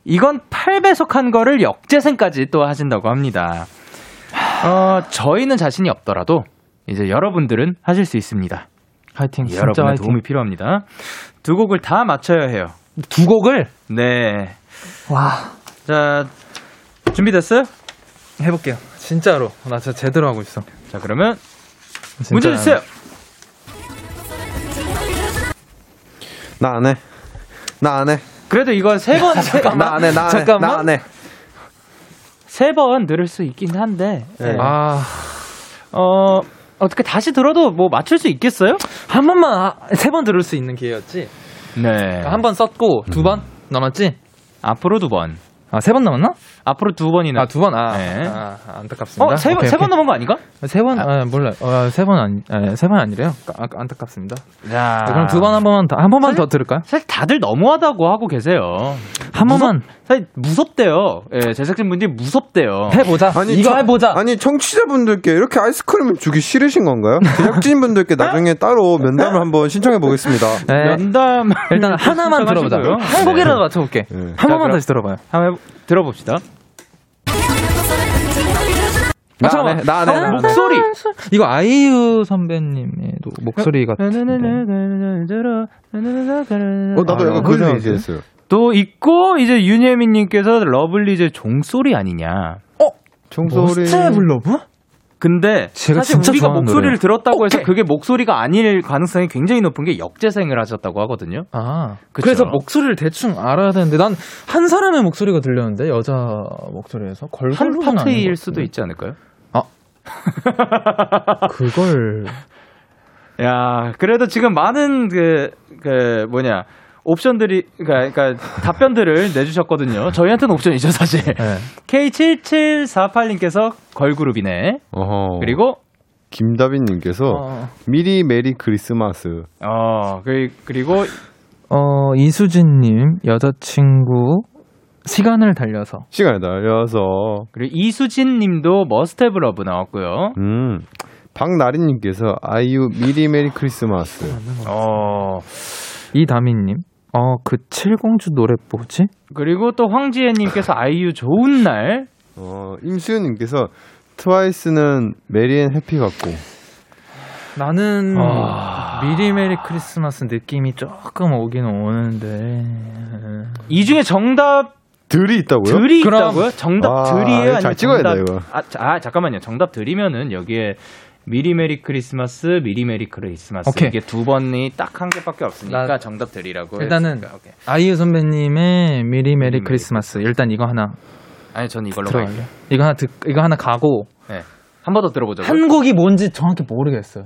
Speaker 3: 이건 8배속한 거를 역재생까지 또 하신다고 합니다. 어, 저희는 자신이 없더라도, 이제 여러분들은 하실 수 있습니다.
Speaker 6: 화이팅. 진짜
Speaker 3: 여러분의
Speaker 6: 화이팅.
Speaker 3: 도움이 필요합니다. 두 곡을 다 맞춰야 해요.
Speaker 6: 두 곡을
Speaker 3: 네.
Speaker 6: 와
Speaker 3: 자, 준비됐어요?
Speaker 6: 해볼게요. 진짜로. 나 진짜 제대로 하고 있어.
Speaker 3: 자, 그러면
Speaker 6: 진짜.
Speaker 3: 문제 주세요!
Speaker 7: 나 안 해. 나 안 해.
Speaker 3: 그래도 이거
Speaker 6: 어,
Speaker 3: 세 번, 세,
Speaker 7: 나 안 해. 나 안 해.
Speaker 6: 잠깐만.
Speaker 7: 나 안 해.
Speaker 3: 세 번 들을 수 있긴 한데,
Speaker 6: 아,
Speaker 3: 어, 어떻게 다시 들어도 뭐 맞출 수 있겠어요?
Speaker 6: 한 번만 아, 세번 들을 수 있는 기회였지.
Speaker 3: 네.
Speaker 6: 그러니까 한 번 썼고 두 번 남았지?
Speaker 3: 앞으로 두 번.
Speaker 6: 아, 세 번 남았나?
Speaker 3: 앞으로 두 번이나.
Speaker 6: 아, 두 번. 아,
Speaker 3: 네.
Speaker 6: 아, 안타깝습니다.
Speaker 3: 어, 세 번,
Speaker 6: 오케이,
Speaker 3: 세 번
Speaker 6: 오케이.
Speaker 3: 넘은 거 아닌가?
Speaker 6: 세 번, 아, 몰라요. 어, 세 번 아니, 아, 세번 아니래요. 아, 아, 안타깝습니다.
Speaker 3: 자.
Speaker 6: 그럼 두 번 한 번만 더, 한 번만
Speaker 3: 사실-
Speaker 6: 더 들을까요?
Speaker 3: 사실 다들 너무하다고 하고 계세요.
Speaker 6: 한 번만
Speaker 3: 사실 무섭대요. 예, 제작진 분들이 무섭대요.
Speaker 6: 해보자. 이거
Speaker 7: 청-
Speaker 6: 해보자.
Speaker 7: 아니 청취자분들께 이렇게 아이스크림을 주기 싫으신 건가요? 제작진분들께 나중에 따로 면담을 한번 신청해 보겠습니다.
Speaker 6: 네.
Speaker 3: 면담.
Speaker 6: 일단 하나만 들어보자.
Speaker 3: 음, 신청하시고요. 네.
Speaker 6: 한 곡이라도 맞춰볼게.
Speaker 7: 네.
Speaker 6: 한 번만
Speaker 3: 그럼-
Speaker 6: 다시 들어봐요.
Speaker 3: 한번 해보- 들어봅시다.
Speaker 6: 아,
Speaker 7: 나
Speaker 3: 네.
Speaker 7: 안 해.
Speaker 6: 잠깐만.
Speaker 7: 나 안 해. 나 안 해.
Speaker 3: 아, 목소리.
Speaker 6: 이거 아이유 선배님의 노- 목소리 같은데.
Speaker 7: 어, 나도
Speaker 6: 아,
Speaker 7: 약간 그
Speaker 6: 그래요?
Speaker 7: 생각했어요.
Speaker 3: 또 있고 이제 윤예민님께서 러블리즈 종소리 아니냐. 네.
Speaker 7: 종소리.
Speaker 6: 머스트 블러브?
Speaker 3: 근데
Speaker 6: 제가
Speaker 3: 사실
Speaker 6: 진짜
Speaker 3: 우리가
Speaker 6: 좋아하는
Speaker 3: 목소리를
Speaker 6: 노래예요.
Speaker 3: 들었다고 해서
Speaker 6: 오케이.
Speaker 3: 그게 목소리가 아닐 가능성이 굉장히 높은 게 역재생을 하셨다고 하거든요.
Speaker 6: 아,
Speaker 3: 그쵸.
Speaker 6: 그래서 목소리를 대충 알아야 되는데 난 한 사람의 목소리가 들렸는데 여자 목소리에서 걸그룹은
Speaker 3: 한
Speaker 6: 아닌 것
Speaker 3: 파트일 수도
Speaker 6: 같은데.
Speaker 3: 있지 않을까요?
Speaker 6: 그걸
Speaker 3: 야, 그래도 지금 많은 그, 그 뭐냐. 옵션들이, 그러니까, 그니까, 그니까, 답변들을 내주셨거든요. 저희한테는 옵션이죠, 사실.
Speaker 6: 네.
Speaker 3: K7748님께서 걸그룹이네.
Speaker 7: 어허.
Speaker 3: 그리고,
Speaker 7: 김다빈님께서
Speaker 6: 어.
Speaker 7: 미리 메리 크리스마스.
Speaker 3: 어, 그, 그리고,
Speaker 6: 어, 이수진님 여자친구 시간을 달려서
Speaker 7: 시간에 달려서.
Speaker 3: 그리고 이수진 님도 머스테브 러브 나왔고요.
Speaker 7: 음. 박나린님께서 아이유 미리 메리 크리스마스.
Speaker 3: 어,
Speaker 6: 이다민님 어 그 칠공주 노래 뭐지?
Speaker 3: 그리고 또 황지혜 님께서 아이유 좋은 날.
Speaker 7: 어, 임수연님께서 트와이스는 메리 앤 해피 같고.
Speaker 6: 나는
Speaker 3: 아.
Speaker 6: 미리 메리 크리스마스 느낌이 조금 오긴 오는데
Speaker 3: 이 중에 정답
Speaker 7: 들이 있다고요?
Speaker 3: 들이
Speaker 6: 그럼-
Speaker 3: 있다고요? 정답
Speaker 7: 아,
Speaker 3: 들이에요?
Speaker 7: 이거
Speaker 3: 아니면
Speaker 7: 잘 찍어야
Speaker 3: 정답...
Speaker 7: 돼, 이거.
Speaker 3: 아, 자, 아, 잠깐만요. 정답 들이면은 여기에 미리 메리 크리스마스, 미리 메리 크리스마스
Speaker 6: 오케이.
Speaker 3: 이게 두 번이 딱 한 개밖에 없으니까
Speaker 6: 나-
Speaker 3: 정답 들이라고
Speaker 6: 일단은-
Speaker 3: 했으니까, 오케이.
Speaker 6: 아이유 선배님의 미리 메리
Speaker 3: 메리
Speaker 6: 크리스마스 일단 이거 하나
Speaker 3: 아니 저는 이걸로
Speaker 6: 들어요.
Speaker 3: 갈게요.
Speaker 6: 이거 하나 듣 이거 하나 가고
Speaker 3: 네. 한 번 더 들어보죠.
Speaker 6: 한 곡이 뭔지 정확히 모르겠어요.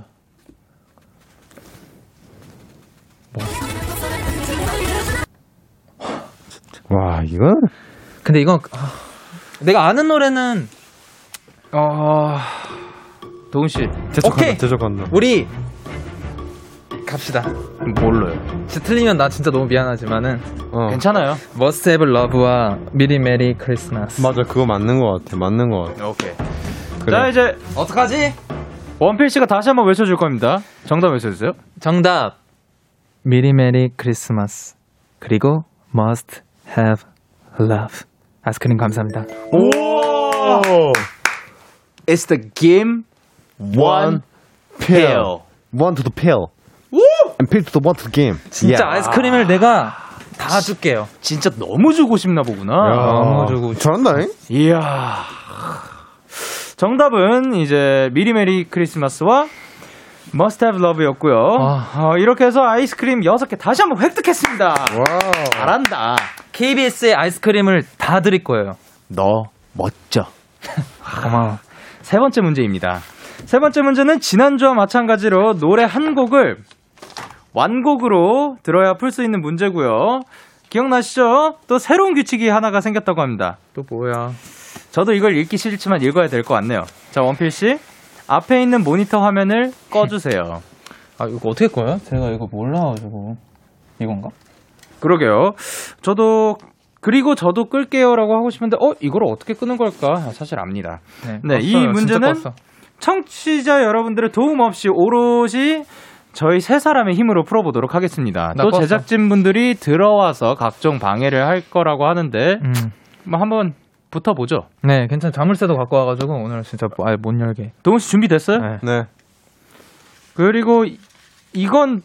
Speaker 7: 와, 이건?
Speaker 6: 근데 이건 아, 내가 아는 노래는
Speaker 3: 어... 도훈 씨.
Speaker 6: 아. 오케이.
Speaker 7: 대적한다.
Speaker 6: 우리 갑시다.
Speaker 3: 뭘로요?
Speaker 6: 진짜 틀리면 나 진짜 너무 미안하지만은
Speaker 7: 어.
Speaker 3: 괜찮아요.
Speaker 6: Must Have Love와 미리 메리 크리스마스.
Speaker 7: 맞아, 그거 맞는 것 같아. 맞는 것 같아.
Speaker 3: 오케이. 자
Speaker 7: 그래.
Speaker 3: 이제
Speaker 6: 어떡하지?
Speaker 3: 원필 씨가 다시 한번 외쳐줄 겁니다. 정답 외쳐주세요.
Speaker 6: 정답. 미리 메리 크리스마스. 그리고 Must Have Love. 아스크림 감사합니다.
Speaker 3: 오. It's the game one pill.
Speaker 7: One to the pill. And pill to the one to the game. Yeah.
Speaker 6: 진짜 아이스크림을 내가 다 줄게요.
Speaker 3: 진짜 너무 주고 싶나 보구나.
Speaker 6: 너무 아, 주고
Speaker 7: 아, 잘한다잉?
Speaker 3: 이야. 정답은 이제 미리 메리 크리스마스와 Must Have Love였고요.
Speaker 6: 와.
Speaker 3: 어, 이렇게 해서 아이스크림 6개 다시 한번 획득했습니다. 잘한다.
Speaker 6: KBS의 아이스크림을 다 드릴 거예요.
Speaker 3: 너 멋져.
Speaker 6: 고마워.
Speaker 3: 세 번째 문제입니다. 세 번째 문제는 지난주와 마찬가지로 노래 한 곡을 완곡으로 들어야 풀 수 있는 문제고요. 기억나시죠? 또 새로운 규칙이 하나가 생겼다고 합니다.
Speaker 6: 또 뭐야?
Speaker 3: 저도 이걸 읽기 싫지만 읽어야 될 것 같네요. 자, 원필 씨. 앞에 있는 모니터 화면을 꺼주세요.
Speaker 6: 아 이거 어떻게 꺼요? 제가 이거 몰라가지고 이건가?
Speaker 3: 그러게요. 저도, 그리고 저도 끌게요 라고 하고 싶은데, 어? 이걸 어떻게 끄는 걸까? 아, 사실 압니다. 네, 이
Speaker 6: 껐어요.
Speaker 3: 문제는
Speaker 6: 진짜 껐어.
Speaker 3: 청취자 여러분들의 도움 없이 오롯이 저희 세 사람의 힘으로 풀어보도록 하겠습니다.
Speaker 6: 나
Speaker 3: 또
Speaker 6: 껐어.
Speaker 3: 제작진분들이 들어와서 각종 방해를 할 거라고 하는데
Speaker 6: 음.
Speaker 3: 뭐 한번 붙어보죠.
Speaker 6: 네, 괜찮아. 자물쇠도 갖고 와가지고 오늘 진짜 아예 못 열게.
Speaker 3: 동훈 씨 준비됐어요?
Speaker 6: 네.
Speaker 7: 네.
Speaker 3: 그리고 이- 이건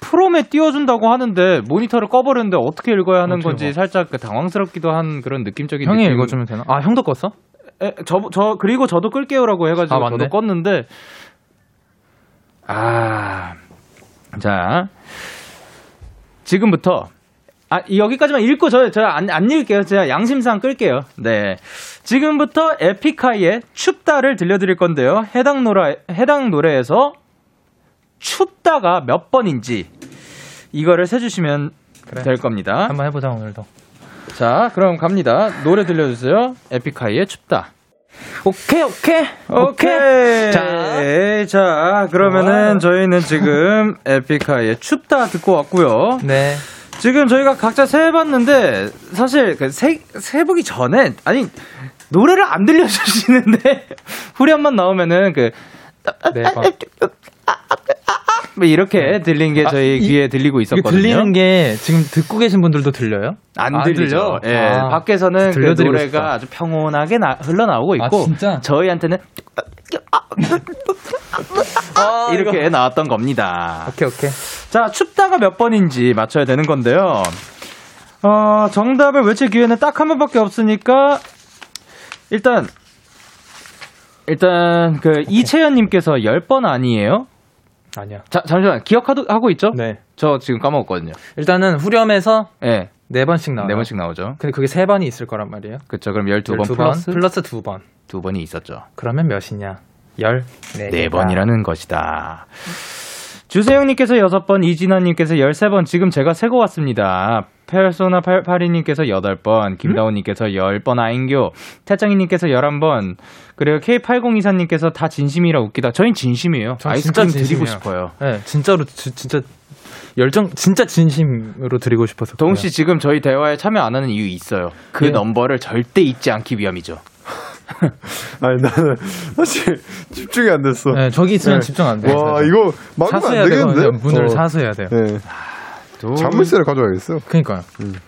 Speaker 3: 프롬에 띄워준다고 하는데 모니터를 꺼버렸는데 어떻게 읽어야 하는
Speaker 6: 어떻게
Speaker 3: 건지
Speaker 6: 봐?
Speaker 3: 살짝 그 당황스럽기도 한 그런 느낌적인
Speaker 6: 형이
Speaker 3: 느낌.
Speaker 6: 읽어주면 되나? 아 형도 껐어?
Speaker 3: 에, 저, 저 그리고 저도 끌게요라고 해가지고
Speaker 6: 아, 맞네.
Speaker 3: 저도 껐는데 아, 자 지금부터 아 여기까지만 읽고 저 저안 안 읽을게요. 제가 양심상 끌게요. 네, 지금부터 에픽하이의 춥다를 들려드릴 건데요. 해당 노래 해당 노래에서 춥다가 몇 번인지 이거를 세주시면
Speaker 6: 그래.
Speaker 3: 될 겁니다.
Speaker 6: 한번 해보자 오늘도.
Speaker 3: 자, 그럼 갑니다. 노래 들려주세요. 에픽하이의 춥다.
Speaker 6: 오케이 오케이
Speaker 3: 오케이.
Speaker 6: 자.
Speaker 3: 자, 자 그러면은
Speaker 6: 좋아요.
Speaker 3: 저희는 지금 에픽하이의 춥다 듣고 왔고요.
Speaker 6: 네.
Speaker 3: 지금 저희가 각자 세봤는데 사실 그 세, 세보기 전에 아니 노래를 안 들려주시는데 후렴만 나오면은 그
Speaker 6: 네. 봐.
Speaker 3: 뭐 이렇게 들린 게 저희 귀에 들리고
Speaker 6: 네. 아, 이게
Speaker 3: 있었거든요.
Speaker 6: 들리는 게 지금 듣고 계신 분들도 들려요?
Speaker 3: 안,
Speaker 6: 안
Speaker 3: 들리죠.
Speaker 6: 들려?
Speaker 3: 예,
Speaker 6: 아,
Speaker 3: 밖에서는 그
Speaker 6: 들려드리고
Speaker 3: 노래가
Speaker 6: 싶다.
Speaker 3: 아주 평온하게 나- 흘러나오고 있고
Speaker 6: 아, 진짜?
Speaker 3: 저희한테는
Speaker 6: 아,
Speaker 3: 이렇게 나왔던 겁니다.
Speaker 6: 오케이 오케이.
Speaker 3: 자, 춥다가 몇 번인지 맞춰야 되는 건데요. 어, 정답을 외칠 기회는 딱 한 번밖에 없으니까 일단 일단 그 이채연님께서 10번 아니에요?
Speaker 6: 아니야.
Speaker 3: 자, 잠시만 기억하고 하고 있죠?
Speaker 6: 네.
Speaker 3: 저 지금 까먹었거든요.
Speaker 6: 일단은 후렴에서
Speaker 3: 네,
Speaker 6: 네 번씩 나와요.
Speaker 3: 네 번씩 나오죠.
Speaker 6: 근데 그게 세 번이 있을 거란 말이에요.
Speaker 3: 그쵸, 그럼 12번
Speaker 6: 12
Speaker 3: 플러스,
Speaker 6: 플러스 두 번.
Speaker 3: 두 번이 있었죠.
Speaker 6: 그러면 몇이냐? 열.
Speaker 3: 네 번이라는 것이다. 주세영님께서 6번, 이진아님께서 13번, 지금 제가 세고 왔습니다. 페르소나 82님께서
Speaker 6: 음?
Speaker 3: 8번, 김다운님께서 10번, 아인교, 태짱이님께서 11번, 그리고 K8024님께서 다 진심이라 웃기다. 저희 진심이에요.
Speaker 6: 전 진짜
Speaker 3: 아이스크림 드리고
Speaker 6: 진심이에요.
Speaker 3: 싶어요.
Speaker 6: 네, 진짜로 지- 진짜 열정 진짜 진심으로 드리고 싶어서.
Speaker 3: 동훈 씨 지금 저희 대화에 참여 안 하는 이유 있어요. 그
Speaker 6: 예.
Speaker 3: 넘버를 절대 잊지 않기 위함이죠.
Speaker 7: 아니 나는 사실 집중이 안 됐어.
Speaker 6: 그냥. 네, 저기 있으면
Speaker 7: 네.
Speaker 6: 집중 안 돼.
Speaker 7: 와 이거 막으면
Speaker 6: 사수해야
Speaker 7: 안
Speaker 6: 되거든요.
Speaker 7: 되겠는데?
Speaker 6: 문을
Speaker 7: 어.
Speaker 6: 사수해야 돼요.
Speaker 7: 네.
Speaker 3: 도...
Speaker 7: 자물쇠를 가져와야겠어.
Speaker 6: 그러니까요.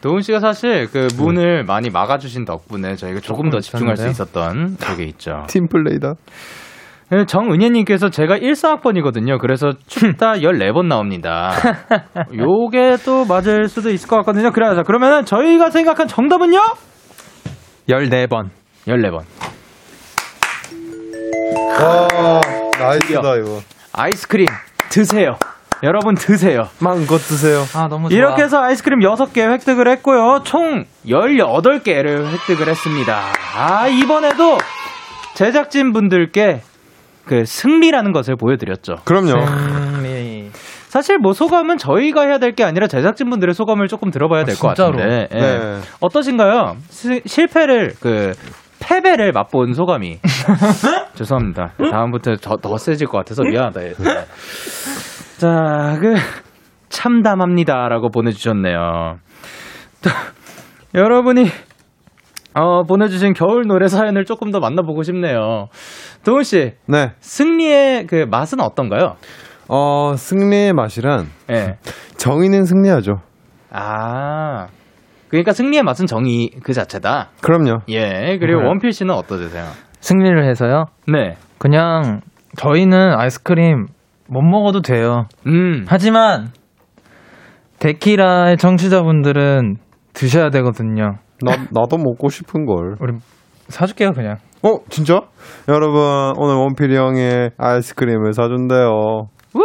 Speaker 3: 도훈 씨가 사실 그 문을 많이 막아주신 덕분에 저희가 조금 더 집중할 수
Speaker 6: 네. 있었는데요?
Speaker 3: 있었던 그게 있죠.
Speaker 7: 팀 플레이다.
Speaker 3: 네, 정은혜님께서 제가 14학번이거든요. 그래서 춥다 14번 나옵니다. 요게 또 맞을 수도 있을 것 같거든요. 그래요. 자, 그러면은 저희가 생각한 정답은요?
Speaker 6: 14번.
Speaker 3: 14번.
Speaker 7: 와 나이스다 이거.
Speaker 3: 아이스크림 드세요. 여러분 드세요.
Speaker 7: 망고 드세요.
Speaker 6: 아, 너무
Speaker 3: 어,
Speaker 6: 좋아.
Speaker 3: 이렇게 해서 아이스크림 6개 획득을 했고요. 총 18개를 획득을 했습니다. 아, 이번에도 제작진 분들께 그 승리라는 것을 보여드렸죠.
Speaker 7: 그럼요.
Speaker 6: 음,
Speaker 3: 사실 뭐 소감은 저희가 해야 될 게 아니라 제작진 분들의 소감을 조금 들어봐야 될 것
Speaker 6: 아, 진짜로?
Speaker 3: 같은데. 예.
Speaker 7: 네.
Speaker 3: 어떠신가요? 시- 실패를 그 패배를 맛본 소감이 죄송합니다. 다음부터 더, 더 세질 것 같아서 미안하다. 예. 자, 그 참담합니다라고 보내주셨네요. 또 여러분이 어, 보내주신 겨울 노래 사연을 조금 더 만나보고 싶네요. 도훈 씨
Speaker 7: 네.
Speaker 3: 승리의 그 맛은 어떤가요?
Speaker 7: 어 승리의 맛이란
Speaker 3: 예.
Speaker 7: 정의는 승리하죠.
Speaker 3: 아. 그러니까 승리의 맛은 정의 그 자체다.
Speaker 7: 그럼요.
Speaker 3: 예. 그리고
Speaker 6: 네.
Speaker 3: 원필 씨는 어떠세요?
Speaker 6: 승리를 해서요.
Speaker 3: 네.
Speaker 6: 그냥 저희는 아이스크림 못 먹어도 돼요.
Speaker 3: 음.
Speaker 6: 하지만 데키라의 청취자분들은 드셔야 되거든요.
Speaker 7: 나 나도 먹고 싶은 걸.
Speaker 6: 우리 사줄게요 그냥.
Speaker 7: 어 진짜? 여러분 오늘 원필이 형이 아이스크림을 사준대요.
Speaker 3: 우!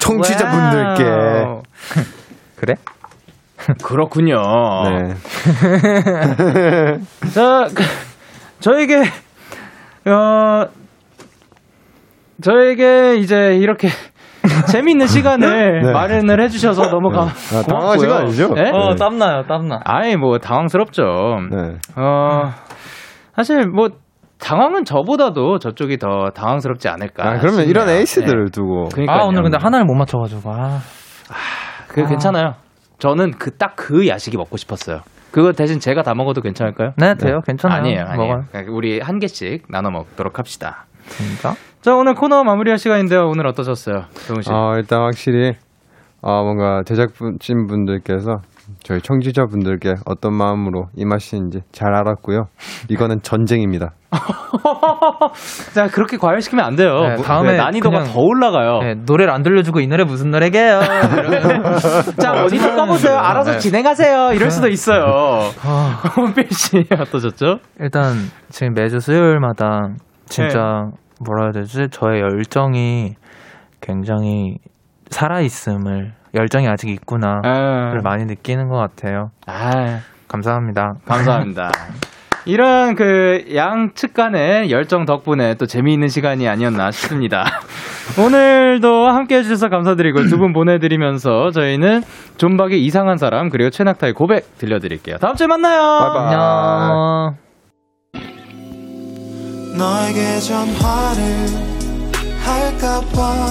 Speaker 7: 청취자분들께.
Speaker 3: 와우.
Speaker 6: 그래?
Speaker 3: 그렇군요.
Speaker 7: 네.
Speaker 3: 자, 그, 저에게 어 저에게 이제 이렇게 재미있는 시간을
Speaker 7: 네.
Speaker 3: 마련을 해 주셔서 너무 감
Speaker 7: 아, 당황한 시간 아니죠?
Speaker 3: 예?
Speaker 7: 어, 네.
Speaker 6: 땀나요 땀나.
Speaker 3: 아예 뭐 당황스럽죠.
Speaker 7: 네.
Speaker 3: 어, 사실 뭐 당황은 저보다도 저쪽이 더 당황스럽지 않을까.
Speaker 7: 아 그러면 이런
Speaker 3: 싶네요.
Speaker 7: 에이스들을
Speaker 3: 네.
Speaker 7: 두고
Speaker 3: 그러니까요.
Speaker 6: 아 오늘 근데 하나를 못 맞춰가지고 아.
Speaker 3: 그 괜찮아요. 저는 그 딱 그 야식이 먹고 싶었어요. 그거 대신 제가 다 먹어도 괜찮을까요?
Speaker 6: 네 돼요 괜찮아요.
Speaker 3: 아니에요, 아니에요.
Speaker 6: 먹어요.
Speaker 3: 그러니까 우리 한 개씩 나눠 먹도록 합시다.
Speaker 6: 진짜?
Speaker 3: 자, 오늘 코너 마무리할 시간인데요. 오늘 어떠셨어요, 동훈 씨?
Speaker 7: 아 일단 확실히 아 뭔가 제작진 분들께서 저희 청취자분들께 어떤 마음으로 이 맛인지 잘 알았고요. 이거는 전쟁입니다.
Speaker 3: 자, 그렇게 과열시키면 안 돼요.
Speaker 6: 네,
Speaker 3: 뭐,
Speaker 6: 다음에
Speaker 3: 네, 난이도가
Speaker 6: 그냥-
Speaker 3: 더 올라가요.
Speaker 6: 네, 노래를 안 들려주고 이 노래 무슨 노래게요?
Speaker 3: 자, 어디서 까보세요. 알아서
Speaker 6: 네.
Speaker 3: 진행하세요. 이럴 수도 있어요.
Speaker 6: 아,
Speaker 3: 홍필 씨 어떠셨죠?
Speaker 6: 일단 지금 매주 수요일마다 진짜
Speaker 3: 네.
Speaker 6: 뭐라 해야 되지? 저의 열정이 굉장히 살아 있음을 열정이 아직 있구나. 를 많이 느끼는 것 같아요.
Speaker 3: 네. 아,
Speaker 6: 감사합니다.
Speaker 3: 감사합니다. 이런 그 양측 간의 열정 덕분에 또 재미있는 시간이 아니었나 싶습니다. 오늘도 함께 해주셔서 감사드리고 두 분 보내드리면서 저희는 존박의 이상한 사람 그리고 최낙타의 고백 들려드릴게요. 다음주에 만나요!
Speaker 7: 바이바이.
Speaker 6: 안녕.
Speaker 1: 너에게 전화를 할까봐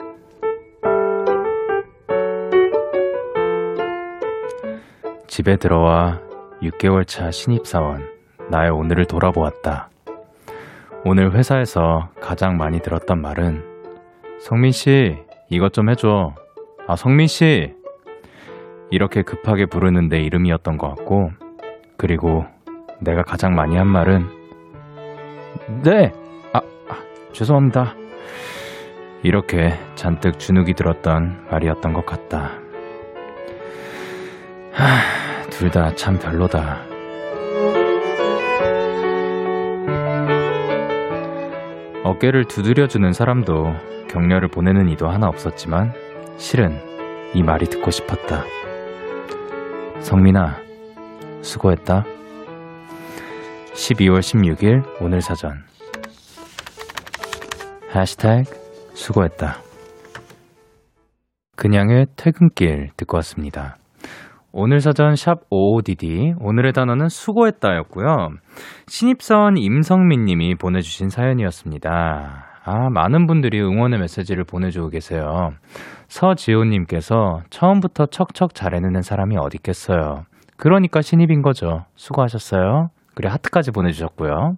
Speaker 2: 집에 들어와 6개월 차 신입사원
Speaker 3: 나의 오늘을 돌아보았다. 오늘 회사에서 가장 많이 들었던 말은 성민 씨, 이것 좀 해줘. 아, 성민 씨! 이렇게 급하게 부르는 내 이름이었던 것 같고, 그리고 내가 가장 많이 한 말은 네! 아, 아, 죄송합니다. 이렇게 잔뜩 주눅이 들었던 말이었던 것 같다. 둘 다 참 별로다. 어깨를 두드려주는 사람도 격려를 보내는 이도 하나 없었지만 실은 이 말이 듣고 싶었다. 성민아, 수고했다. 12월 16일 오늘 사전 해시태그 수고했다. 그냥의 퇴근길 듣고 왔습니다. 오늘 사전 샵 55DD 오늘의 단어는 수고했다였고요. 신입사원 임성민 님이 보내주신 사연이었습니다. 아, 많은 분들이 응원의 메시지를 보내주고 계세요. 서지호 님께서 처음부터 척척 잘해내는 사람이 어디 있겠어요. 그러니까 신입인 거죠. 수고하셨어요. 그래 하트까지 보내주셨고요.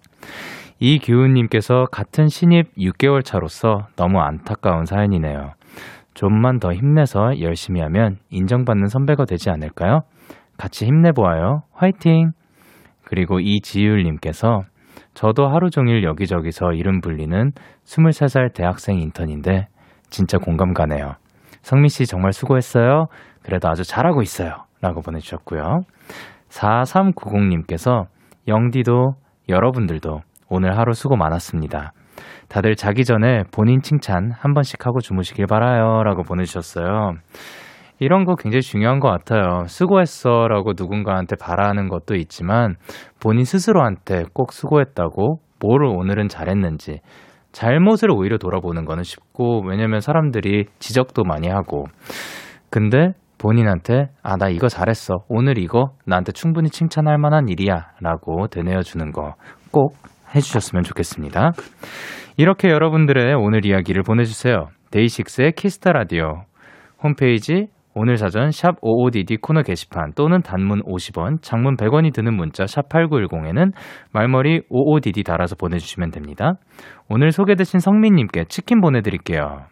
Speaker 3: 이규훈 님께서 같은 신입 6개월 차로서 너무 안타까운 사연이네요. 좀만 더 힘내서 열심히 하면 인정받는 선배가 되지 않을까요? 같이 힘내보아요. 화이팅! 그리고 이지율님께서 저도 하루 종일 여기저기서 이름 불리는 23살 대학생 인턴인데 진짜 공감 가네요. 성민 씨 정말 수고했어요. 그래도 아주 잘하고 있어요. 라고 보내주셨고요. 4390님께서 영디도 여러분들도 오늘 하루 수고 많았습니다. 다들 자기 전에 본인 칭찬 한 번씩 하고 주무시길 바라요. 라고 보내주셨어요. 이런 거 굉장히 중요한 것 같아요. 수고했어 라고 누군가한테 바라는 것도 있지만 본인 스스로한테 꼭 수고했다고 뭐를 오늘은 잘했는지 잘못을 오히려 돌아보는 거는 쉽고 왜냐면 사람들이 지적도 많이 하고 근데 본인한테 아 나 이거 잘했어 오늘 이거 나한테 충분히 칭찬할 만한 일이야 라고 되뇌어 주는 거 꼭 해주셨으면 좋겠습니다. 이렇게 여러분들의 오늘 이야기를 보내주세요. 데이식스의 키스타 라디오 홈페이지 오늘 사전 샵 55DD 코너 게시판 또는 단문 50원, 장문 100원이 드는 문자 샵 8910에는 말머리 55DD 달아서 보내주시면 됩니다. 오늘 소개되신 성민님께 치킨 보내드릴게요.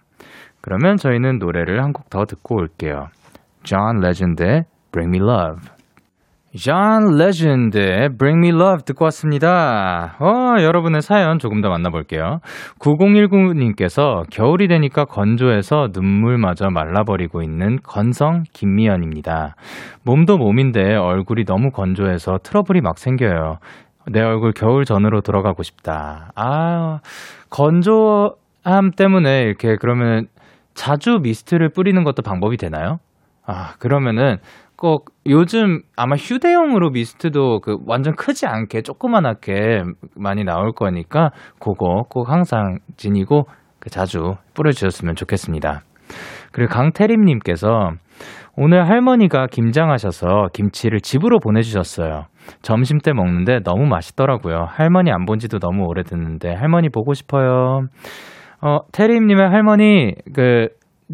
Speaker 3: 그러면 저희는 노래를 한 곡 더 듣고 올게요. John Legend의 Bring Me Love. John Legend의 Bring Me Love 듣고 왔습니다. 어, 여러분의 사연 조금 더 만나볼게요. 9019님께서 겨울이 되니까 건조해서 눈물마저 말라버리고 있는 건성 김미연입니다. 몸도 몸인데 얼굴이 너무 건조해서 트러블이 막 생겨요. 내 얼굴 겨울 전으로 돌아가고 싶다. 아, 건조함 때문에 이렇게 그러면 자주 미스트를 뿌리는 것도 방법이 되나요? 아, 그러면은 꼭 요즘 아마 휴대용으로 미스트도 그 완전 크지 않게 조그만하게 많이 나올 거니까 그거 꼭 항상 지니고 그 자주 뿌려주셨으면 좋겠습니다. 그리고 강태림님께서 오늘 할머니가 김장하셔서 김치를 집으로 보내주셨어요. 점심 때 먹는데 너무 맛있더라고요. 할머니 안 본 지도 너무 오래됐는데 할머니 보고 싶어요. 어, 태림님의 할머니 그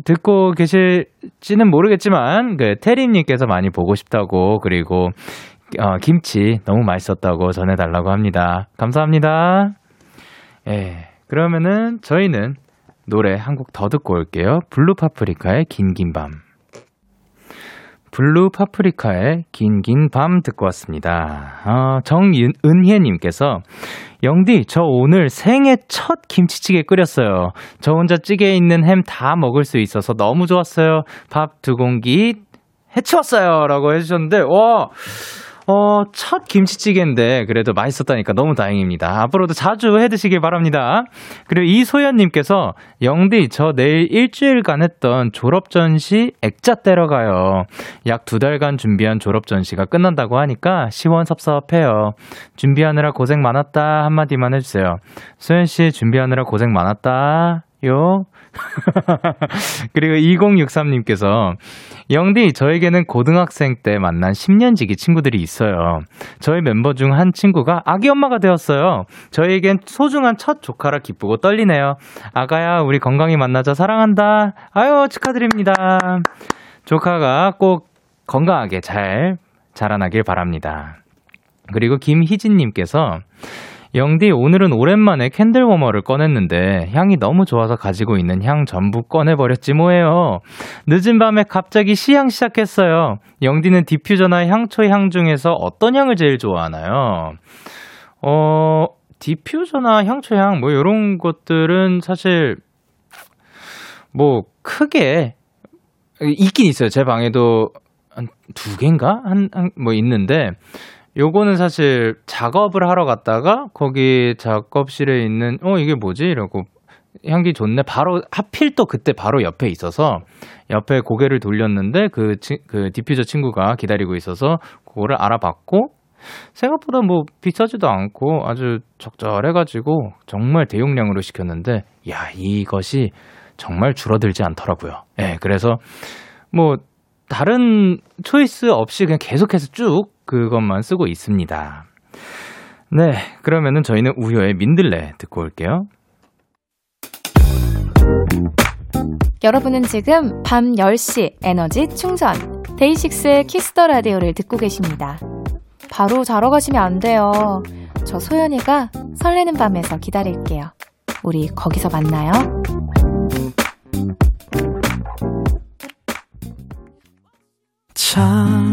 Speaker 3: 듣고 계실지는 모르겠지만 그 태림님께서 많이 보고 싶다고 그리고 어, 김치 너무 맛있었다고 전해달라고 합니다. 감사합니다. 예, 그러면은 저희는 노래 한 곡 더 듣고 올게요. 블루 파프리카의 긴긴 밤. 블루 파프리카의 긴긴 밤 듣고 왔습니다. 아, 정은혜님께서 영디, 저 오늘 생애 첫 김치찌개 끓였어요. 저 혼자 찌개에 있는 햄 다 먹을 수 있어서 너무 좋았어요. 밥 두 공기 해치웠어요. 라고 해주셨는데, 와, 어, 첫 김치찌개인데 그래도 맛있었다니까 너무 다행입니다. 앞으로도 자주 해 드시길 바랍니다. 그리고 이소연님께서 영디 저 내일 일주일간 했던 졸업 전시 액자 떼러 가요. 약 두 달간 준비한 졸업 전시가 끝난다고 하니까 시원섭섭해요. 준비하느라 고생 많았다 한마디만 해주세요. 소연 씨 준비하느라 고생 많았다. 요. 그리고 2063님께서 영디 저에게는 고등학생 때 만난 10년지기 친구들이 있어요. 저희 멤버 중 한 친구가 아기 엄마가 되었어요. 저에겐 소중한 첫 조카라 기쁘고 떨리네요. 아가야 우리 건강히 만나자 사랑한다. 아유 축하드립니다. 조카가 꼭 건강하게 잘 자라나길 바랍니다. 그리고 김희진님께서 영디 오늘은 오랜만에 캔들 워머를 꺼냈는데 향이 너무 좋아서 가지고 있는 향 전부 꺼내버렸지 뭐예요. 늦은 밤에 갑자기 시향 시작했어요. 영디는 디퓨저나 향초 향 중에서 어떤 향을 제일 좋아하나요? 어 디퓨저나 향초 향뭐 이런 것들은 사실 뭐 크게 있긴 있어요. 제 방에도 한 두 개인가 한 뭐 있는데 요거는 사실 작업을 하러 갔다가 거기 작업실에 있는 어 이게 뭐지 이러고 향기 좋네 바로 하필 또 그때 바로 옆에 있어서 옆에 고개를 돌렸는데 그, 치- 그 디퓨저 친구가 기다리고 있어서 그거를 알아봤고 생각보다 뭐 비싸지도 않고 아주 적절해가지고 정말 대용량으로 시켰는데 야 이것이 정말 줄어들지 않더라고요. 예, 그래서 뭐 다른 초이스 없이 그냥 계속해서 쭉 그것만 쓰고 있습니다. 네, 그러면은 저희는 우효의 민들레 듣고 올게요.
Speaker 8: 여러분은 지금 밤 10시 에너지 충전 데이식스의 키스터 라디오를 듣고 계십니다. 바로 자러 가시면 안 돼요. 저 소연이가 설레는 밤에서 기다릴게요. 우리 거기서 만나요.
Speaker 1: 참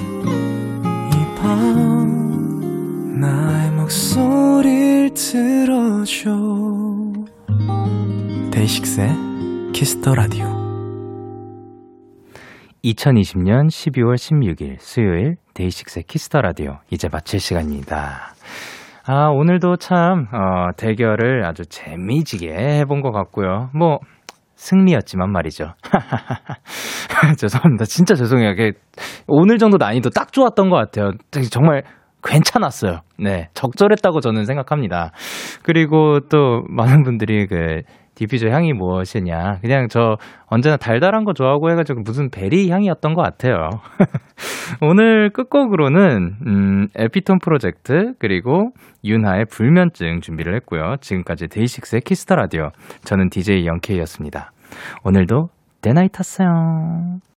Speaker 1: 이 밤 나의 목소리를 들어줘 데이식스의 키스터라디오
Speaker 3: 2020년 12월 16일 수요일 데이식스의 키스터 라디오 이제 마칠 시간입니다. 아, 오늘도 참, 어, 대결을 아주 재미지게 해본 것 같고요. 뭐, 승리였지만 말이죠. 죄송합니다. 진짜 죄송해요. 이게 오늘 정도 난이도 딱 좋았던 것 같아요. 되게 정말 괜찮았어요. 네. 적절했다고 저는 생각합니다. 그리고 또 많은 분들이 그 디퓨저 향이 무엇이냐. 그냥 저 언제나 달달한 거 좋아하고 해가지고 무슨 베리 향이었던 것 같아요. 오늘 끝곡으로는, 음, 에피톤 프로젝트, 그리고 윤하의 불면증 준비를 했고요. 지금까지 데이식스의 네, 키스터 라디오. 저는 DJ 영케이였습니다. 오늘도 대나이 탔어요.